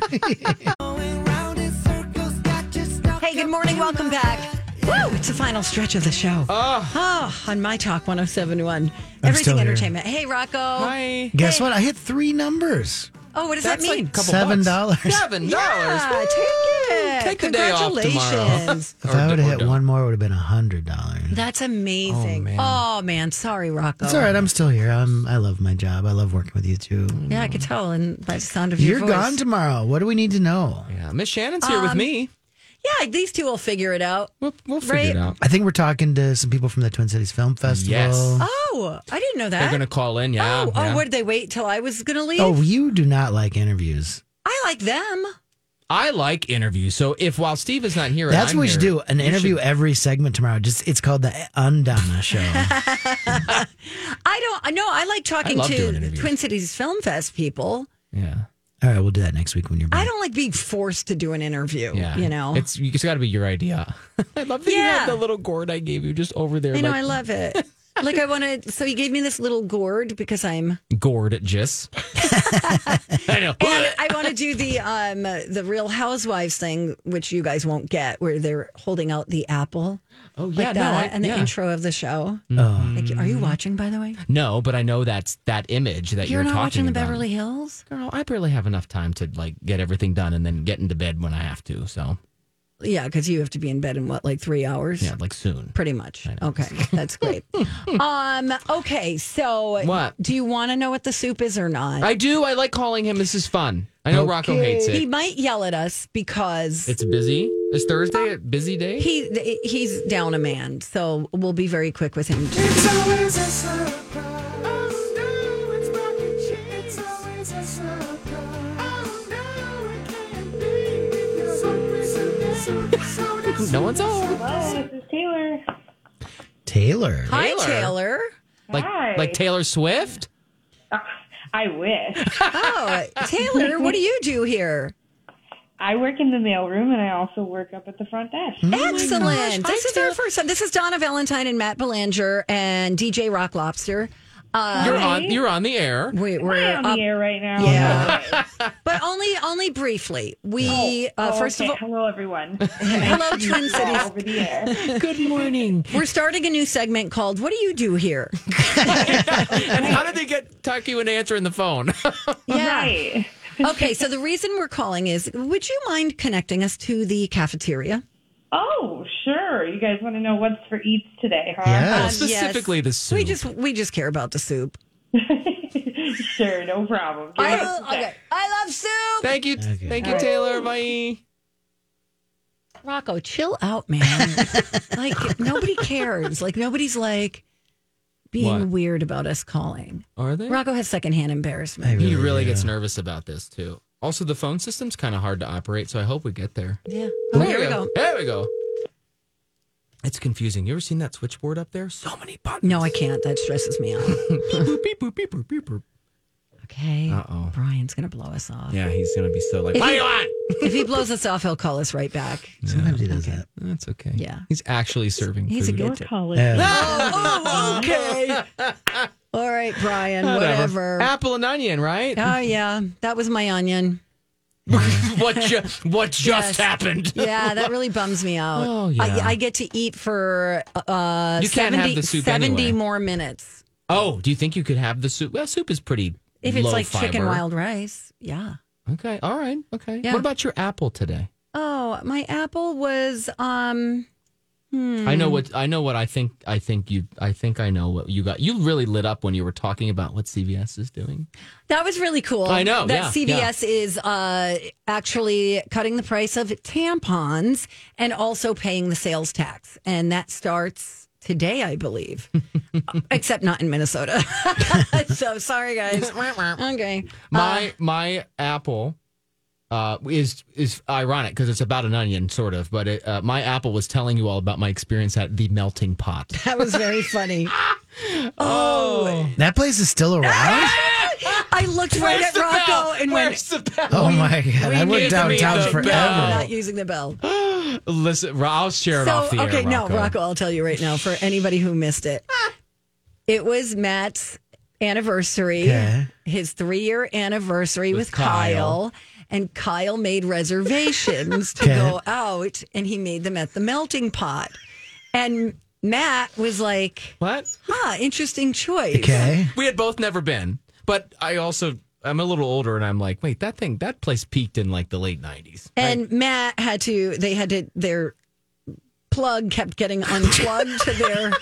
Speaker 1: hey, good morning. Welcome back. Woo! It's the final stretch of the show.
Speaker 2: Ah.
Speaker 1: Oh, on My Talk 1071.
Speaker 3: I'm
Speaker 1: Everything
Speaker 3: still here.
Speaker 1: entertainment. Hey, Rocco.
Speaker 2: Hi.
Speaker 3: Guess
Speaker 1: Hey.
Speaker 3: what? I hit three numbers.
Speaker 1: Oh, what does
Speaker 2: That's
Speaker 1: that
Speaker 2: like
Speaker 1: mean?
Speaker 2: a couple
Speaker 3: Seven
Speaker 2: bucks.
Speaker 3: dollars.
Speaker 2: Seven dollars.
Speaker 1: Yeah,
Speaker 2: Woo!
Speaker 1: take it.
Speaker 2: Take the day off tomorrow.
Speaker 1: Congratulations.
Speaker 3: If
Speaker 2: Or
Speaker 3: I would
Speaker 2: d- or
Speaker 3: have hit
Speaker 2: don't.
Speaker 3: one more, it would have been a hundred dollars.
Speaker 1: That's amazing. Oh man. sorry, Rocco.
Speaker 3: It's all right. I'm still here. I'm. I love my job. I love working with you too.
Speaker 1: Yeah, I could tell, and by the sound of
Speaker 3: You're
Speaker 1: your voice.
Speaker 3: gone tomorrow. What do we need to know?
Speaker 2: Yeah, Miss Shannon's here with
Speaker 1: Um,
Speaker 2: me.
Speaker 1: yeah, these two will figure it out.
Speaker 2: We'll, we'll figure
Speaker 1: right.
Speaker 2: it out.
Speaker 3: I think we're talking to some people from the Twin Cities Film Festival.
Speaker 2: Yes.
Speaker 1: Oh, I didn't know that.
Speaker 2: They're going to call in.
Speaker 1: oh,
Speaker 2: Yeah. yeah.
Speaker 1: oh, would they wait till I was gonna leave?
Speaker 3: Oh, you do not like interviews.
Speaker 1: I like them.
Speaker 2: I like interviews. So if while Steve is not here, and
Speaker 3: That's
Speaker 2: I'm
Speaker 3: what we should
Speaker 2: here-
Speaker 3: do. An interview every segment tomorrow. Just it's called the Undonna Show.
Speaker 1: I don't. No, I like talking
Speaker 2: love doing
Speaker 1: to
Speaker 2: interviews.
Speaker 1: Twin Cities Film Fest people.
Speaker 2: Yeah.
Speaker 3: All right, we'll do that next week when you're back.
Speaker 1: I don't like being forced to do an interview.
Speaker 2: Yeah.
Speaker 1: you know.
Speaker 2: it's it's got to be your idea. I love that you
Speaker 1: Yeah.
Speaker 2: have the little gourd I gave you just over there.
Speaker 1: I know.
Speaker 2: like,
Speaker 1: I love it. like I want to. So you gave me this little gourd because I'm.
Speaker 2: gourd just. I know.
Speaker 1: And I want to do the um the Real Housewives thing, which you guys won't get, where they're holding out the apple
Speaker 2: oh
Speaker 1: like
Speaker 2: yeah, no, I,
Speaker 1: that, and the
Speaker 2: yeah. Mm.
Speaker 1: intro of the show.
Speaker 3: Oh.
Speaker 1: Like, are you watching? By the way,
Speaker 2: No, but I know that's that image that
Speaker 1: you're,
Speaker 2: you're,
Speaker 1: not
Speaker 2: talking
Speaker 1: watching the
Speaker 2: about.
Speaker 1: Beverly Hills.
Speaker 2: Girl, I barely have enough time to like get everything done and then get into bed when I have to. So
Speaker 1: Yeah, because you have to be in bed in what, like three hours?
Speaker 2: yeah, like soon.
Speaker 1: Pretty much. Okay, that's great. um, okay, so
Speaker 2: What?
Speaker 1: do you want to know what the soup is or not?
Speaker 2: I do. I like calling him. This is fun. I know Rocco hates
Speaker 1: he
Speaker 2: it.
Speaker 1: might yell at us because
Speaker 2: It's busy. It's Thursday. A busy day.
Speaker 1: he he's down a man, so we'll be very quick with him.
Speaker 4: Oh, Oh,
Speaker 2: no one's home.
Speaker 7: Oh,
Speaker 3: Taylor.
Speaker 1: Hi,
Speaker 2: Taylor.
Speaker 1: Taylor.
Speaker 2: Like like Taylor Swift.
Speaker 7: I wish.
Speaker 1: Oh, Taylor, what do you do here?
Speaker 7: I work in the mailroom and I also work up at the front desk.
Speaker 1: Mm. Excellent. this is our first time. This is Donna Valentine and Matt Belanger and DJ Rock Lobster. Uh,
Speaker 2: You're on. You're on the air.
Speaker 1: we, we're
Speaker 7: I'm on
Speaker 1: up-
Speaker 7: the air right now.
Speaker 1: Yeah. Uh, but only only briefly. We uh,
Speaker 7: Oh,
Speaker 1: first
Speaker 7: okay.
Speaker 1: of all,
Speaker 7: hello everyone.
Speaker 1: hello Twin Cities.
Speaker 7: Over the air.
Speaker 2: Good morning.
Speaker 1: We're starting a new segment called "What do you do here?"
Speaker 2: and how did they get talk you into answering the phone?
Speaker 1: Uh, Yeah.
Speaker 7: Right.
Speaker 1: Okay. So the reason we're calling is, would you mind connecting us to the cafeteria?
Speaker 7: Oh, sure. You guys want to know what's for eats today, huh?
Speaker 3: Yes.
Speaker 2: Oh, Specifically the soup.
Speaker 1: We just we just care about the soup.
Speaker 7: sure, no problem. Give
Speaker 1: I
Speaker 7: me a
Speaker 1: love,
Speaker 7: sec.
Speaker 1: okay. I love soup.
Speaker 2: Thank you.
Speaker 3: Okay.
Speaker 2: Thank you, Taylor. Bye.
Speaker 1: Rocco, chill out, man. like nobody cares. Like nobody's like being
Speaker 2: What?
Speaker 1: weird about us calling.
Speaker 2: Are they?
Speaker 1: Rocco has secondhand embarrassment.
Speaker 2: he really gets nervous about this too. Also, the phone system's kind of hard to operate, so I hope we get there.
Speaker 1: Yeah. Oh, here we go.
Speaker 2: There we go. It's confusing. You ever seen that switchboard up there? So many buttons.
Speaker 1: No, I can't. That stresses me out.
Speaker 2: Beep, beep, beep, beep, beep, beep, beep.
Speaker 1: Okay.
Speaker 2: Uh-oh.
Speaker 1: Brian's going to blow us off.
Speaker 2: Yeah, he's gonna be so like,
Speaker 1: If
Speaker 2: "What do
Speaker 1: he-
Speaker 2: you want?"
Speaker 1: If he blows us off, he'll call us right back.
Speaker 3: Sometimes he does that.
Speaker 2: That's okay.
Speaker 1: Yeah.
Speaker 2: he's actually serving.
Speaker 1: He's a
Speaker 2: food.
Speaker 1: good dude.
Speaker 3: Yeah.
Speaker 1: Oh, okay. All right, Brian, whatever.
Speaker 2: Apple and onion, right?
Speaker 1: Oh, yeah. That was my onion.
Speaker 2: what ju- what just
Speaker 1: Yes.
Speaker 2: happened?
Speaker 1: Yeah, that really bums me out.
Speaker 2: Oh, yeah.
Speaker 1: I, I get to eat for uh,
Speaker 2: You can't
Speaker 1: 70,
Speaker 2: have the soup
Speaker 1: 70
Speaker 2: anyway.
Speaker 1: more minutes.
Speaker 2: Oh, do you think you could have the soup? Well, soup is pretty.
Speaker 1: If it's
Speaker 2: low
Speaker 1: like chicken
Speaker 2: fiber.
Speaker 1: wild rice. Yeah.
Speaker 2: Okay. All right. Okay.
Speaker 1: Yeah.
Speaker 2: What about your apple today?
Speaker 1: Oh, my apple was um
Speaker 2: I
Speaker 1: Mm-hmm.
Speaker 2: know what I know what I think I think you I think I know what you got. You really lit up when you were talking about what CVS is doing.
Speaker 1: That was really cool.
Speaker 2: I know,
Speaker 1: that
Speaker 2: yeah, yeah.
Speaker 1: CVS is uh, actually cutting the price of tampons and also paying the sales tax, and that starts today, I believe. Except not in Minnesota. so sorry, guys. Okay,
Speaker 2: My my apple uh, is is ironic because it's about an onion, sort of. But it, uh, my apple was telling you all about my experience at the melting pot.
Speaker 1: that was very funny.
Speaker 2: Oh,
Speaker 3: That place is still around.
Speaker 1: I looked right at Rocco and went.
Speaker 2: Where's the bell?
Speaker 3: Oh my god! I
Speaker 2: need
Speaker 3: went
Speaker 2: to meet
Speaker 3: downtown
Speaker 2: the
Speaker 3: forever.
Speaker 1: I'm
Speaker 2: bell.
Speaker 1: not using the bell.
Speaker 2: Listen, Ro- I'll share it off the
Speaker 1: okay,
Speaker 2: air.
Speaker 1: no, Rocco, I'll tell you right now for anybody who missed it. it was Matt's anniversary,
Speaker 3: Okay.
Speaker 1: his three year anniversary with,
Speaker 2: With
Speaker 1: Kyle. And Kyle made reservations to
Speaker 3: Okay.
Speaker 1: go out, and he made them at the melting pot. And Matt was like,
Speaker 2: What?
Speaker 1: huh, interesting choice.
Speaker 3: Okay.
Speaker 2: We had both never been, but I also I'm a little older, and I'm like, wait, that thing, that place peaked in like the late '90s.
Speaker 1: And Matt had to, they had to, their plug kept getting unplugged to their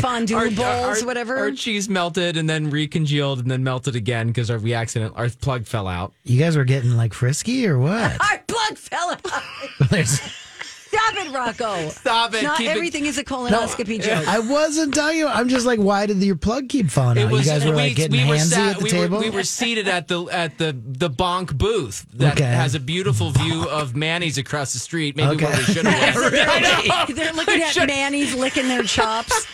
Speaker 1: fondue
Speaker 2: Our- uh,
Speaker 1: bowls,
Speaker 2: our-
Speaker 1: whatever.
Speaker 2: Our cheese melted and then recongealed and then melted again because we accident our plug fell out.
Speaker 3: You guys were getting like frisky or what?
Speaker 1: our plug fell out.
Speaker 3: There's-
Speaker 1: Stop it, Rocco.
Speaker 2: Stop it.
Speaker 1: Not
Speaker 2: Keep it-
Speaker 1: everything is a colonoscopy joke.
Speaker 3: I wasn't telling you. I'm just like, why did your plug keep falling out? You guys were like getting handsy
Speaker 2: sat-
Speaker 3: at the
Speaker 2: we were-
Speaker 3: table.
Speaker 2: we were seated at the at the the bonk booth that
Speaker 3: Okay.
Speaker 2: has a beautiful view of Manny's across the street. Maybe
Speaker 3: Okay.
Speaker 2: where we should have. went.
Speaker 1: They're looking at Manny's licking their chops.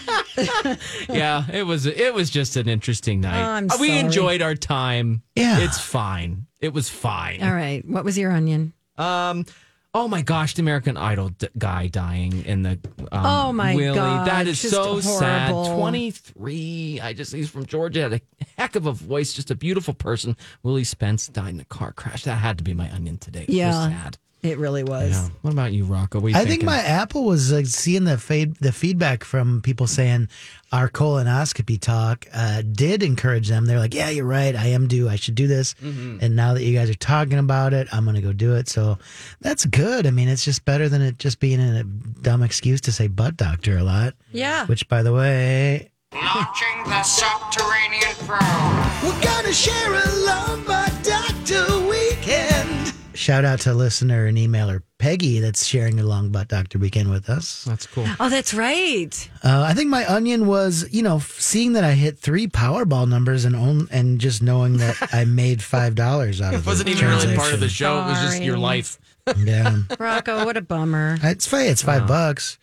Speaker 2: yeah, it was it was just an interesting night.
Speaker 1: I'm
Speaker 2: we
Speaker 1: sorry.
Speaker 2: enjoyed our time.
Speaker 3: Yeah.
Speaker 2: it's fine. It was fine.
Speaker 1: All right. What was your onion?
Speaker 2: Um, oh my gosh, the American Idol d- guy dying in the um,
Speaker 1: Oh my
Speaker 2: Willie.
Speaker 1: God,
Speaker 2: that is
Speaker 1: just
Speaker 2: so sad.
Speaker 1: horrible.
Speaker 2: Twenty three. I just he's from Georgia. Had a heck of a voice. Just a beautiful person. Willie Spence died in a car crash. That had to be my onion today. It was
Speaker 1: Yeah.
Speaker 2: sad.
Speaker 1: It really was.
Speaker 2: Yeah. What about you, Rocco? What you
Speaker 3: I think
Speaker 2: thinking?
Speaker 3: my apple was like seeing the fade, the feedback from people saying our colonoscopy talk uh, did encourage them. They're like, yeah, you're right. I am due. I should do this.
Speaker 2: Mm-hmm.
Speaker 3: And now that you guys are talking about it, I'm going to go do it. So that's good. I mean, it's just better than it just being a dumb excuse to say butt doctor a lot.
Speaker 1: Yeah.
Speaker 3: Which, by the way,
Speaker 4: Launching the subterranean probe.
Speaker 3: We're gonna share a love by Doctor Weekend. Shout out to listener and emailer Peggy that's sharing along about Doctor Weekend with us.
Speaker 2: That's cool.
Speaker 1: Oh, that's right.
Speaker 3: Uh, I think my onion was, you know, f- seeing that I hit three Powerball numbers and on, and just knowing that I made five dollars out of it.
Speaker 2: It wasn't even really part of the show. It was just your
Speaker 1: Sorry.
Speaker 2: life.
Speaker 3: Yeah,
Speaker 1: Rocco, what a bummer.
Speaker 3: it's fi- It's five bucks.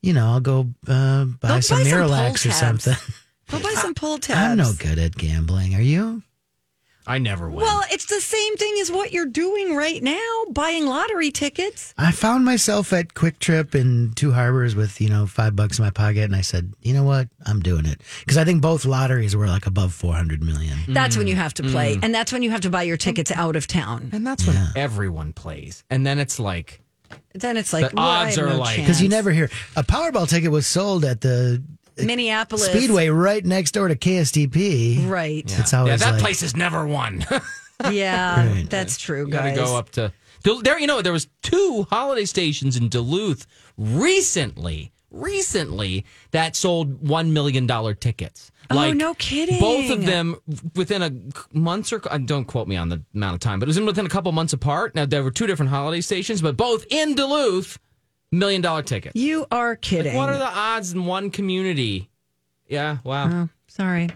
Speaker 3: You know, I'll go uh, buy
Speaker 1: Go
Speaker 3: some
Speaker 1: buy some
Speaker 3: Miralax
Speaker 1: pull tabs.
Speaker 3: or something.
Speaker 1: Go buy some pull tabs.
Speaker 3: I'm no good at gambling. Are you?
Speaker 2: I never win.
Speaker 1: Well, it's the same thing as what you're doing right now, buying lottery tickets.
Speaker 3: I found myself at Quick Trip in Two Harbors with, you know, five bucks in my pocket. And I said, you know what? I'm doing it. Because I think both lotteries were like above 400 million.
Speaker 2: Mm.
Speaker 1: That's when you have to play. And that's when you have to buy your tickets out of town.
Speaker 2: and that's when everyone plays. And then it's like
Speaker 1: Then it's like,
Speaker 2: The
Speaker 1: well, I
Speaker 2: odds
Speaker 1: have
Speaker 2: are
Speaker 1: no
Speaker 2: like-
Speaker 3: Because you
Speaker 1: chance.
Speaker 3: never hear a Powerball ticket was sold at the
Speaker 1: Minneapolis.
Speaker 3: Speedway right next door to KSTP.
Speaker 1: Right.
Speaker 3: It's always
Speaker 2: yeah, that
Speaker 3: like,
Speaker 2: place has never won.
Speaker 1: Yeah.
Speaker 3: Right.
Speaker 1: That's true,
Speaker 2: You gotta
Speaker 1: guys.
Speaker 2: go up to Dul- there. You know, there was two holiday stations in Duluth recently, recently that sold one million dollar tickets.
Speaker 1: Oh, no kidding.
Speaker 2: Both of them within a c- months or uh, don't quote me on the amount of time, but it was in- within a couple months apart. Now there were two different holiday stations, but both in Duluth, million dollar tickets.
Speaker 1: You are kidding.
Speaker 2: What are the odds in one community? Yeah, wow.
Speaker 1: Oh, sorry.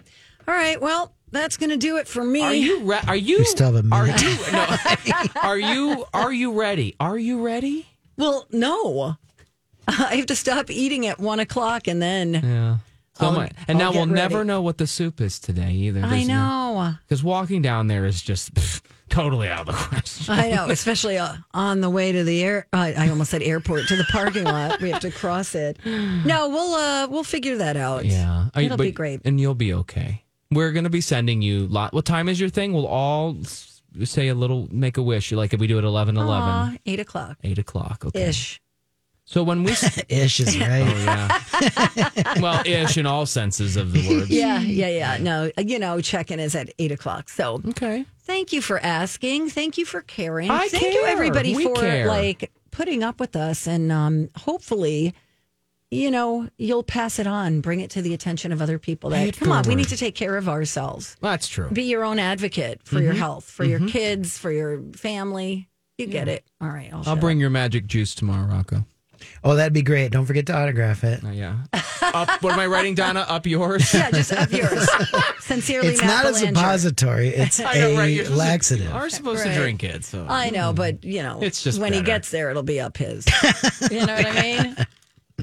Speaker 1: All right. Well, that's going to do it for me.
Speaker 2: Are you re- are you
Speaker 3: We still have a
Speaker 2: are
Speaker 3: minute.
Speaker 2: you no, are you are you ready? Are you ready?
Speaker 1: Well, no. I have to stop eating at one o'clock and then
Speaker 2: Yeah. So
Speaker 1: I'll-
Speaker 2: my- and
Speaker 1: I'll
Speaker 2: now we'll
Speaker 1: get
Speaker 2: never
Speaker 1: ready.
Speaker 2: know what the soup is today either.
Speaker 1: I know.
Speaker 2: Because walking down there is just pff, totally out of the question.
Speaker 1: I know, especially uh, on the way to the air. uh, I I almost said airport to the parking lot. We have to cross it. No, we'll uh, we'll figure that out.
Speaker 2: Yeah. Are you-
Speaker 1: It'll
Speaker 2: but-
Speaker 1: be great.
Speaker 2: And you'll be okay. We're going to be sending you lot. What time is your thing? We'll all s- say a little, make a wish. Like if we do it 11 11,
Speaker 1: Aw, eight o'clock
Speaker 2: 8 o'clock. Okay.
Speaker 1: ish.
Speaker 2: So when we. s-
Speaker 3: Ish is right.
Speaker 2: oh, yeah. well, ish in all senses of the word.
Speaker 1: Yeah, yeah, yeah. No, you know, check in is at eight o'clock. So
Speaker 2: Okay.
Speaker 1: thank you for asking. Thank you for caring.
Speaker 2: I
Speaker 1: thank you
Speaker 2: care.
Speaker 1: everybody
Speaker 2: We
Speaker 1: for
Speaker 2: care.
Speaker 1: like putting up with us and um hopefully you know, you'll pass it on, bring it to the attention of other people that
Speaker 2: Pay it
Speaker 1: come on, we
Speaker 2: forward.
Speaker 1: need to take care of ourselves.
Speaker 2: That's true.
Speaker 1: Be your own advocate for
Speaker 2: Mm-hmm.
Speaker 1: your health, for your kids, for your family. You get it. All right, I'll,
Speaker 2: I'll
Speaker 1: shut
Speaker 2: bring your magic juice tomorrow, Rocco.
Speaker 3: Oh, that'd be great. Don't forget to autograph it.
Speaker 2: Uh, yeah. Up, what am I writing, Donna? Up
Speaker 1: up.
Speaker 2: yours?
Speaker 1: Yeah, just up yours. Sincerely,
Speaker 3: It's
Speaker 1: Matt
Speaker 3: not a
Speaker 1: Belanger.
Speaker 3: suppository, it's
Speaker 2: I know,
Speaker 3: a
Speaker 2: right? You're supposed to-
Speaker 3: laxative.
Speaker 2: you are supposed
Speaker 1: Right.
Speaker 2: to drink it. So
Speaker 1: I know, but you know,
Speaker 2: It's just
Speaker 1: when he
Speaker 2: better.
Speaker 1: gets there, it'll be up his. you know what I mean?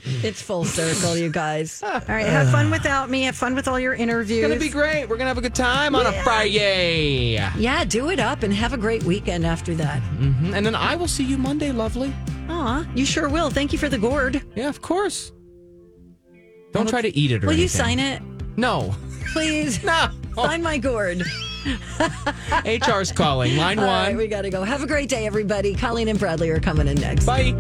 Speaker 1: It's full circle, you guys. All right, have fun without me. Have fun with all your interviews.
Speaker 2: it's gonna be great. We're gonna have a good time on a Friday,
Speaker 1: yeah, do it up and have a great weekend after that.
Speaker 2: Mhm. and then I will see you Monday, lovely.
Speaker 1: Aw, you sure will. Thank you for the gourd.
Speaker 2: Yeah, of course. Don't try to eat it. Or
Speaker 1: Will you
Speaker 2: anything.
Speaker 1: sign it,
Speaker 2: No,
Speaker 1: please?
Speaker 2: no.
Speaker 1: Sign my gourd.
Speaker 2: HR's calling line
Speaker 1: All
Speaker 2: one.
Speaker 1: right, we got to go. Have a great day, everybody. Colleen and Bradley are coming in next.
Speaker 2: Bye.